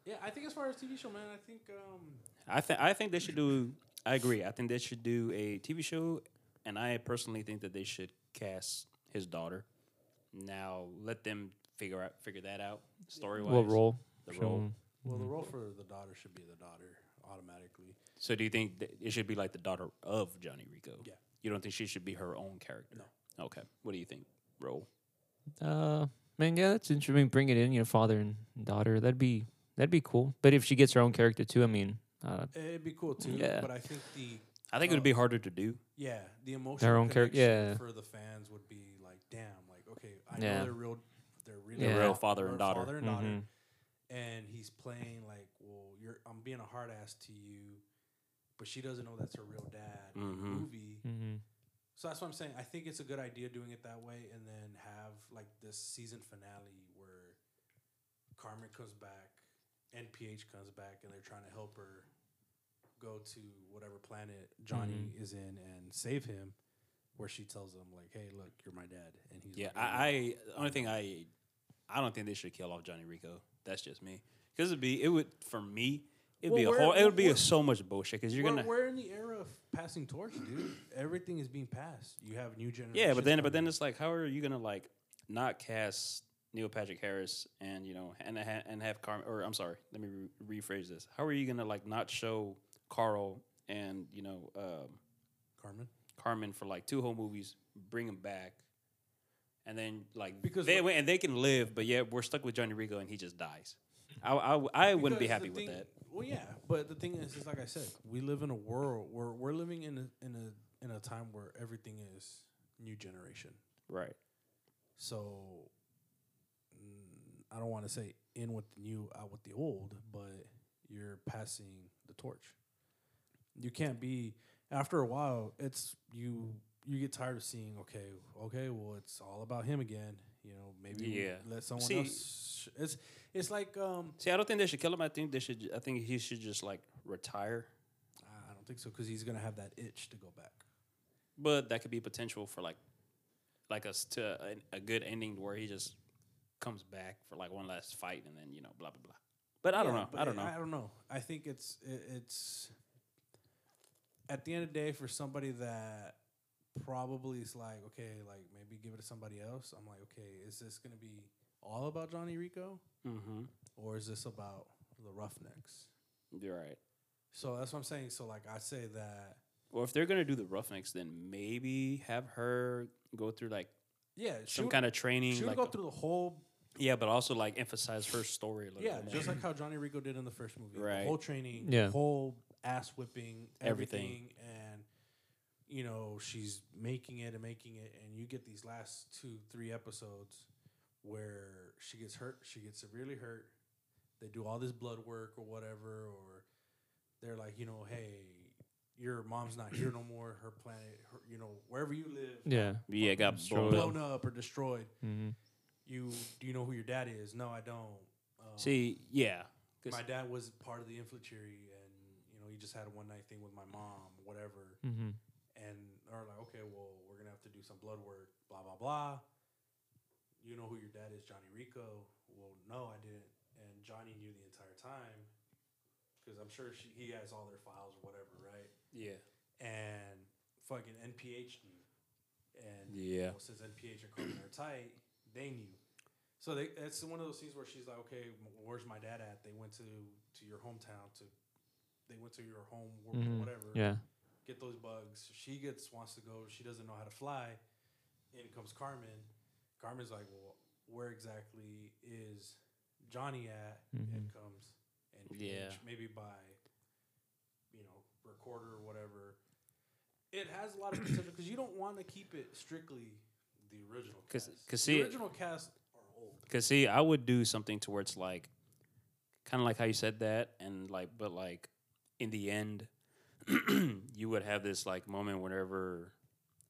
yeah, I think as far as TV show, man, I think um, I think. I think they should do. I agree. I think they should do a TV show, and I personally think that they should cast his daughter. Now let them figure out figure that out story wise. What role? The Show role. him. well, the role for the daughter should be the daughter automatically. So do you think that it should be like the daughter of Johnny Rico? Yeah. You don't think she should be her own character? No. Okay. What do you think? Role. Uh, man, yeah, that's interesting. Bring it in, you know, father and daughter. That'd be that'd be cool. But if she gets her own character too, I mean, uh, It'd be cool too, Yeah. but I think the I think it would be harder to do. yeah the emotional own character- connection yeah. for the fans would be like, damn, like okay, I know Yeah. they're real, they're really They're real father and real daughter. father and daughter, Mhm. and he's playing like, well, you're I'm being a hard ass to you, but she doesn't know that's her real dad in the Mhm. movie. mhm. So that's what I'm saying. I think it's a good idea doing it that way, and then have like this season finale where Carmen comes back, NPH comes back, and they're trying to help her go to whatever planet Johnny Mm-hmm. is in and save him. Where she tells him like, "Hey, look, you're my dad," and he's Yeah, like, I, I the only thing I I don't think they should kill off Johnny Rico. That's just me. Because it'd be it would for me it'd be a Well, we're- whole it would be we're- a so much bullshit. Because you're we're, gonna we're in the era of passing torch, dude. Everything is being passed. You have new generation. yeah, but then but then it's like how are you gonna like not cast Neil Patrick Harris and you know and ha- and have Carmen or I'm sorry let me re- rephrase this. How are you gonna like not show Carl and you know um, Carmen. Carmen for like two whole movies, bring him back, and then like because Because they what- went and they can live, but yeah, we're stuck with Johnny Rico and he just dies. I I, I wouldn't be Because the happy with thing- that. Well, yeah, but the thing is, is like I said, we live in a world where we're living in a in a in a time where everything is new generation. Right. So mm, I don't want to say in with the new, out with the old, but you're passing the torch. You can't be after a while. It's you. You get tired of seeing. Okay, okay. Well, it's all about him again. You know, maybe we Yeah. let someone See- else. It's it's like um. See, I don't think they should kill him. I think they should. I think he should just like retire. I don't think so because he's gonna have that itch to go back. But that could be potential for like like us to a, a good ending where he just comes back for like one last fight and then you know blah blah blah. But I don't Yeah, know. but I don't know. I don't know. I think it's i- it's at the end of the day for somebody that probably it's like okay, like maybe give it to somebody else. I'm like, okay, is this gonna be all about Johnny Rico, Mm-hmm. or is this about the Roughnecks? You're right. So that's what I'm saying. So like I say that, Well, if they're gonna do the Roughnecks, then maybe have her go through like yeah, she some would- kind of training. she would like, go through the whole yeah, but also like emphasize her story a little Yeah, bit more. just like how Johnny Rico did in the first movie. Right. The whole training, Yeah. whole ass whipping, Everything. everything, and you know she's making it and making it, and you get these last two, three episodes where she gets hurt, she gets severely hurt. They do all this blood work or whatever, or they're like, you know, hey, your mom's not here no more. Her planet, her, you know, wherever you live, Yeah. yeah, it got blown up. blown up or destroyed. Mm-hmm. You do you know who your dad is? No, I don't. Um, See, yeah, 'cause- my dad was part of the infantry and you know he just had a one night thing with my mom whatever and they're like okay well we're gonna have to do some blood work blah blah blah you know who your dad is johnny rico well no i didn't and johnny knew the entire time because i'm sure she, he has all their files or whatever right yeah, and fucking NPH knew, and Yeah. you know, since NPH and Carmen are tight, they knew. So they, it's one of those scenes where she's like, "Okay, m- where's my dad at? They went to to your hometown to, they went to your home or whatever. Yeah. get those bugs. She gets wants to go. She doesn't know how to fly. In comes Carmen. Carmen's like, "Well, where exactly is Johnny at?" In comes NPH, Yeah. maybe by, you know, recorder or whatever it has a lot of potential because you don't want to keep it strictly the original 'Cause- cast. 'cause see- the original cast are old. Cause see, I would do something to where it's like, kind of like how you said that, and like, but like, in the end, you would have this like moment whenever,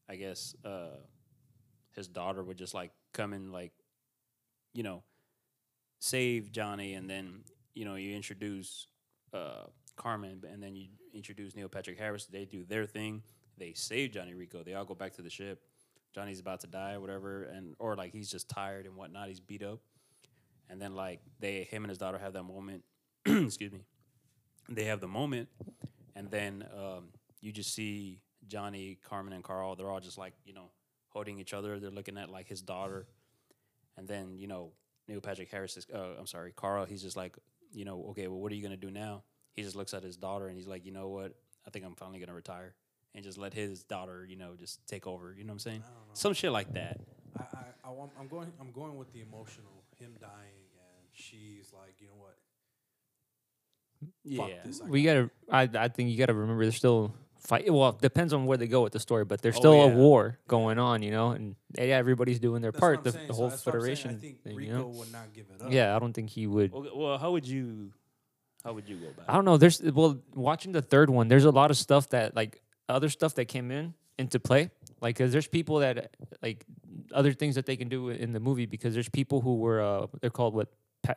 I guess, uh, his daughter would just like come and like, you know, save Johnny, and then you know you introduce uh, Carmen, and then you introduce Neil Patrick Harris. They do their thing. They save Johnny Rico. They all go back to the ship. Johnny's about to die, or whatever, and or like he's just tired and whatnot. He's beat up, and then like they, him and his daughter have that moment. excuse me. They have the moment, and then um, you just see Johnny, Carmen, and Carl. They're all just like you know holding each other. They're looking at like his daughter, and then you know Neil Patrick Harris is. Uh, I'm sorry, Carl. He's just like you know okay. Well, what are you gonna do now? He just looks at his daughter and he's like, you know what? I think I'm finally gonna retire and just let his daughter, you know, just take over. You know what I'm saying? Some shit like that. I, I, I want, I'm going I'm going with the emotional him dying and she's like you know what Yeah. fuck this I We gotta. I I think you gotta remember there's still fight. Well, it depends on where they go with the story, but there's Oh, still yeah. a war going on, you know, and yeah, everybody's doing their That's what part. I'm The, saying. the So whole that's what I'm saying. federation. I think thing, you Rico know? would uh, not give it up. Yeah, I don't think he would. Well, well, how would you? How would you go about? I don't know. There's well, watching the third one, there's a lot of stuff that like other stuff that came in into play. Like, 'cause there's people that like other things that they can do in the movie because there's people who were uh, they're called what pa-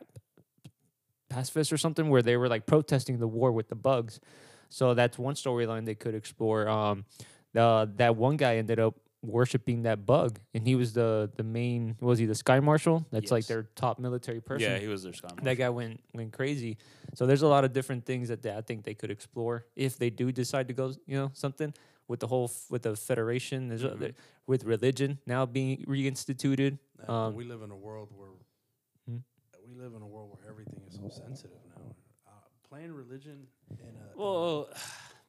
pacifists or something where they were like protesting the war with the bugs. So that's one storyline they could explore. Um, the that one guy ended up worshiping that bug, and he was the the main was he the sky marshal? That's like Yes. their top military person Yeah, he was their scum. that guy went went crazy. So there's a lot of different things that they, I think they could explore if they do decide to go, you know, something with the whole f- with the federation, there's other, with religion now being reinstituted. Nah, but Um, Hmm? we live in a world where we live in a world where everything is so sensitive now. Uh, playing religion in a Well,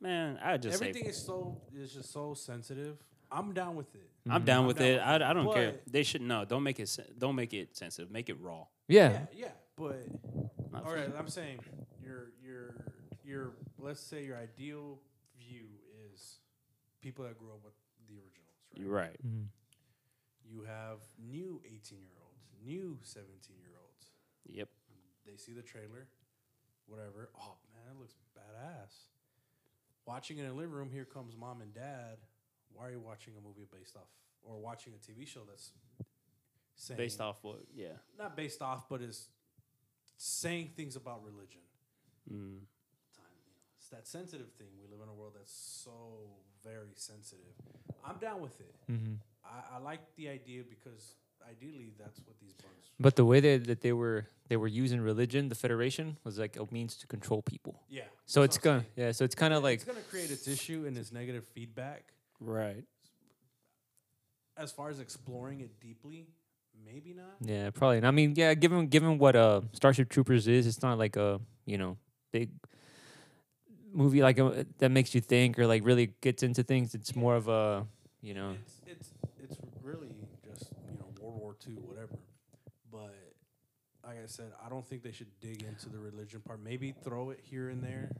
man, I just everything say is so it's just so sensitive. I'm down with it. I'm down with down it. with I, I don't care. But- They should no. Don't make it. sen- Don't make it sensitive. Make it raw. yeah, Yeah, yeah, but Not all right. I'm saying your your your let's say your ideal view is people that grew up with the originals, right? You're right. You have new 18 year olds, new 17 year olds. Yep. They see the trailer, whatever. Oh man, it looks badass. Watching it in the living room, here comes mom and dad. Why are you watching a movie based off or watching a TV show that's saying Based off what? Yeah. not based off, but is saying things about religion. Mm. Time, you know, it's that sensitive thing. We live in a world that's so very sensitive. I'm down with it. I, I like the idea because ideally that's what these bugs. but the way that, that they were they were using religion, the federation was like a means to control people. Yeah. So that's it's what I'm gonna yeah, so it's kind of saying. like it's gonna create its issue and its negative feedback. Right. as far as exploring it deeply, maybe not. Yeah, probably. And I mean, yeah, given given what uh Starship Troopers is, it's not like a you know big movie like uh, that makes you think or like really gets into things. It's more of a you know It's it's it's really just you know World War II, whatever. But like I said, I don't think they should dig into the religion part. Maybe throw it here and there.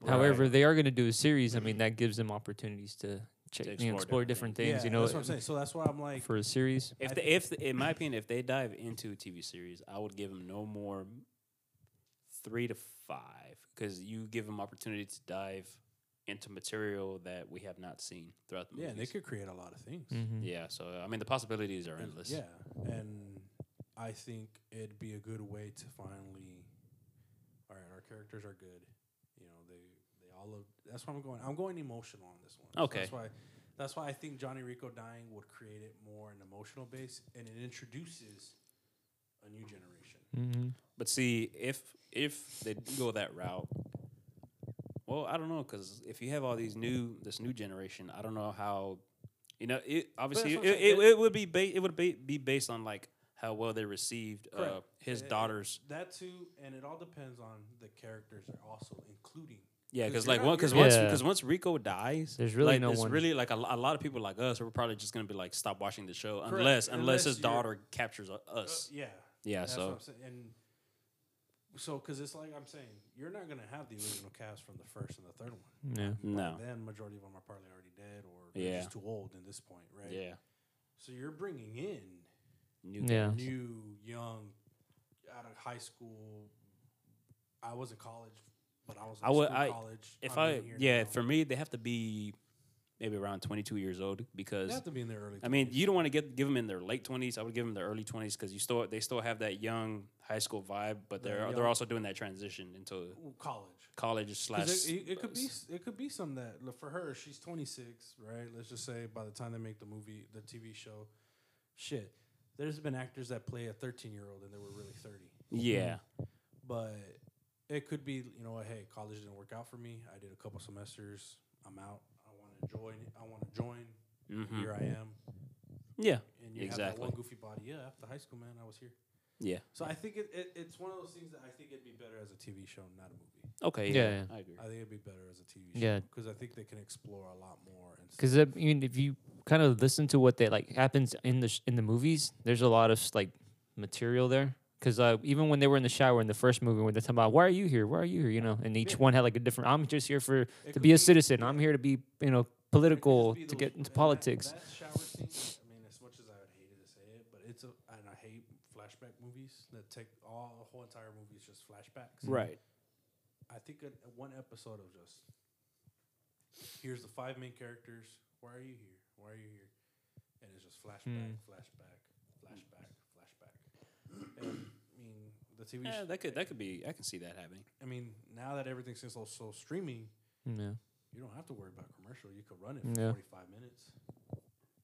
but- However, they are going to do a series. I mean, that gives them opportunities to, check, To you know, explore explore different different things. Yeah, you know, that's what I'm saying. So that's why I'm like, for a series. If I they, if in my opinion, if they dive into a TV series, I would give them no more three to five because you give them opportunity to dive into material that we have not seen throughout the yeah, movies. they could create a lot of things. Mm-hmm, Yeah, so I mean the possibilities are And- endless. Yeah, and I think it'd be a good way to finally. All right, our characters are good. You know, they they all look. That's why I'm going. I'm going emotional on this one. So Okay. that's why. That's why I think Johnny Rico dying would create it more an emotional base, and it introduces a new generation. mm-hmm. But see, if if they do go that route, well, I don't know because if you have all these new this new generation, I don't know how, you know, it obviously that's it, what I'm saying. it, it would be ba- it would be, be based on like how well they received uh, Correct. his Eh, eh, daughter's. That too, and it all depends on the characters. Are also including. Yeah, because 'Cause you're like not- one, because you're once not- because once Rico dies, There's really like, no it's one- Really, like a, lo- a lot of people like us are probably just gonna be like stop watching the show Correct. unless unless, Unless his you're- daughter captures u- Uh, us. yeah. yeah, That's so what I'm saying. And so, because it's like I'm saying, you're not gonna have the original cast from the first and the third one. Yeah. no, Then majority of them are probably already dead or they're Yeah. just too old at this point, right? yeah, So you're bringing in New Yeah. new, young, out of high school. I was in college, but I was. In I would- school, I- college. If I'm I, in here yeah, now. for me, they have to be maybe around 22 years old they because have to be in their early. I mean, you don't want to get give them in their late 20s. I would give them their early 20s because you still they still have that young high school vibe, but The they're young- they're also doing that transition into 20s. Ooh, college. college slash. 'Cause it, it, it could be s- it could be some that look, for her she's 26 right let's just say by the time they make the movie the tv show shit there's been actors that play a 13 year old and they were really 30 yeah, but it could be you know what, hey college didn't work out for me i did a couple semesters i'm out i want to join i want to join Mm-hmm. Mhm. here i am yeah, and you have that Exactly. one goofy body yeah after high school man i was here yeah. so i think it, it, it's one of those things that i think it'd be better as a tv show not a movie Okay, yeah, Yeah, yeah. I agree. I think it'd be better as a TV show. Yeah. Because I think they can explore a lot more. And stuff. Because I mean, if you kind of listen to what that like happens in the sh- in the movies, there's a lot of like material there. Because uh, even when they were in the shower in the first movie, when they're talking about why are you here, why are you here, you know, and each one had like a different. I'm just here for to could be a be- citizen. I'm here to be you know It could political just be to those- get into and that- politics. That, shower scene. I mean, as much as I would hate it to say it, but it's a and I hate flashback movies that take all the whole entire movie is just flashbacks. Right. I think a, one episode of just here's the five main characters. Why are you here? Why are you here? And it's just flashback, Hmm. flashback, flashback, flashback. And, I mean, the TV. Yeah, show that could that could be. I can see that happening. I mean, now that everything's so, so streaming, Yeah. you don't have to worry about commercial. You could run it for Yeah. 45 minutes,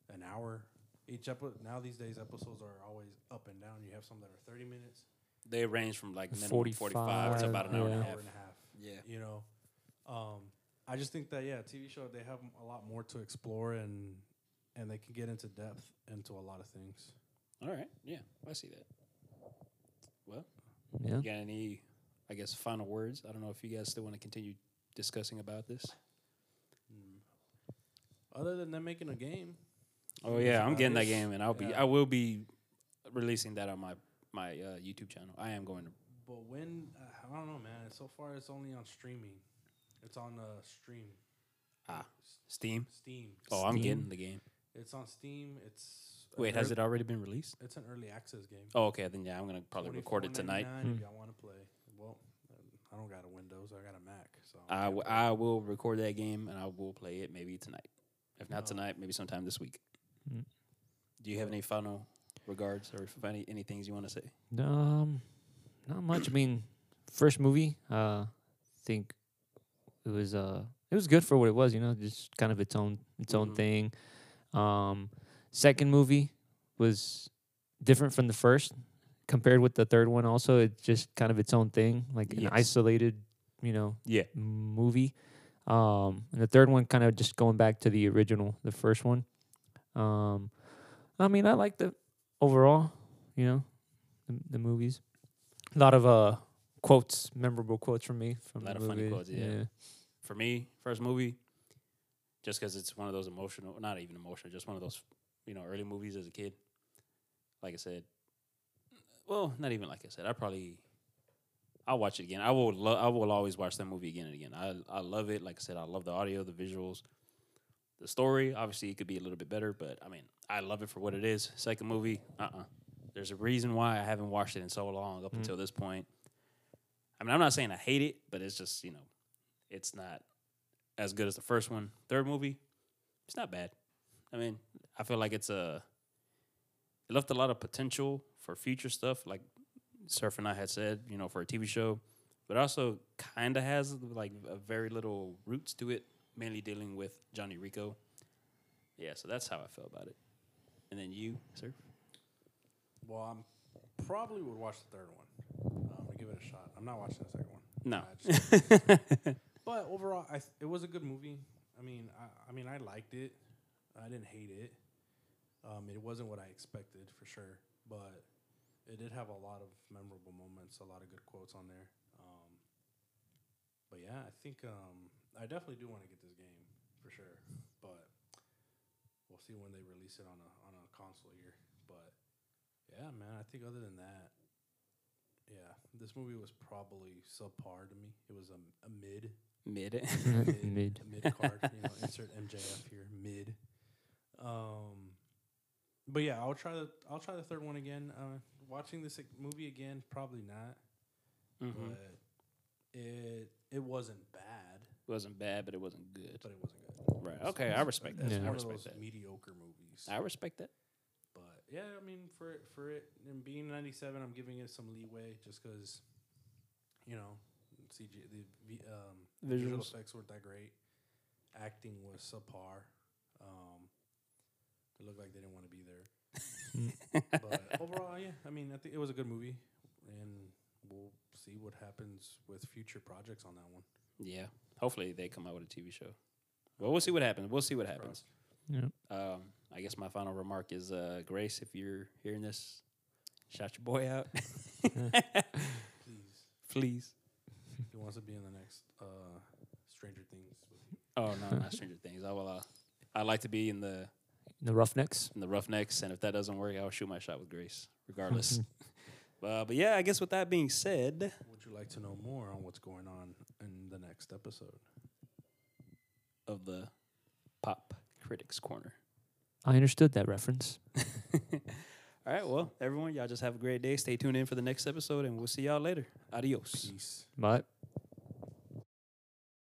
an hour. Each episode, now these days, episodes are always up and down. You have some that are 30 minutes, They range from like minimum 45, to 45, about an hour and a yeah. half. and a half. Yeah. You know, um, I just think that, yeah, TV show, they have a lot more to explore and and they can get into depth into a lot of things. All right. Yeah, I see that. Well, Yeah. You got any, I guess, final words? I don't know if you guys still want to continue discussing about this. Other than them making a game, Oh That's yeah, I'm about getting that it. game, and I'll be, Yeah. I will be releasing that on my my uh, YouTube channel. I am going to. but when, uh, I don't know, man. So far, it's only on streaming, it's on uh, stream, Ah, Steam. Steam. Oh, I'm getting the game. It's on Steam. It's an Wait, has ear- it already been released? It's an early access game. Oh, okay. Then yeah, I'm gonna probably record it tonight. $24.99 If y'all want to play, well, I don't got a Windows. I got a Mac. So I, w- I will record that game, and I will play it maybe tonight. If not tonight, maybe sometime this week. Do you have any final regards or if any any things you want to say? Um, not much. I mean, first movie. Uh, think it was uh, it was good for what it was. You know, just kind of its own its Mm-hmm. own thing. Um, second movie was different from the first. Compared with the third one, also it's just kind of its own thing, like an Yes. isolated, you know, Yeah. movie. Um, and the third one kind of just going back to the original, the first one. Um, I mean, I like the overall, you know, the, the movies. A lot of uh quotes, memorable quotes from me from Lot the of funny movie. quotes, yeah. for me, first movie, just because it's one of those emotional, not even emotional, just one of those, you know, early movies as a kid. Like I said, well, not even like I said, I probably, I'll watch it again. I will, lo- I will always watch that movie again and again. I, I love it. Like I said, I love the audio, the visuals, the story. Obviously, it could be a little bit better, but I mean, I love it for what it is. Second movie, uh uh There's a reason why I haven't watched it in so long up until this point. I mean, I'm not saying I hate it, but it's just, you know, it's not as good as the first one. Third movie, it's not bad. I mean, I feel like it's a it left a lot of potential for future stuff, like Surf and I had said, you know, for a TV show, but also kind of has like a very little roots to it, mainly dealing with Johnny Rico. Yeah, so that's how I felt about it. And then you, Surf, Well, I probably would watch the third one. I'm gonna give it a shot. I'm not watching the second one. No. I just- but overall, I th- it was a good movie. I mean, I, I mean, I liked it. I didn't hate it. Um, it wasn't what I expected for sure, but it did have a lot of memorable moments, a lot of good quotes on there. Um, but yeah, I think um, I definitely do want to get this game for sure. But we'll see when they release it on a on a console here. But yeah, man, I think other than that, yeah, this movie was probably subpar to me. It was um, a, a mid mid. Mm-hmm. Mm, mid. a mid card. You know, insert MJF here, mid. Um, but yeah, I'll try the I'll try the third one again. Uh, watching this like, movie again, probably not. Mhm. But it it wasn't bad, wasn't bad, but it wasn't good. but it wasn't good. Right. Okay, I respect that. It's Yeah. I one of respect those that. mediocre movies. I respect that. But yeah, I mean, for it- for it and being ninety seven, I'm giving it some leeway just because, you know, CG the vi- um, visual Visuals. effects weren't that great, acting was subpar. Um, it looked like they didn't want to be there. but overall, yeah, I mean, I think it was a good movie, and we'll see what happens with future projects on that one. Yeah. Hopefully they come out with a TV show. Well, we'll see what happens. We'll see what happens. Yep. Um, I guess my final remark is uh, Grace, if you're hearing this, shout your boy out, Please, please. he wants to be in the next uh, Stranger Things. With you. Oh no, not Stranger Things. I will. Uh, I'd like to be in the The Roughnecks. in the Roughnecks, and if that doesn't work, I'll shoot my shot with Grace, regardless. Mm-hmm. uh, but yeah, I guess with that being said, Would you like to know more on what's going on in the next episode? of the Pop Critics Corner. I understood that reference. All right, well, everyone, y'all just have a great day. Stay tuned in for the next episode, and we'll see y'all later. Adios. Peace. But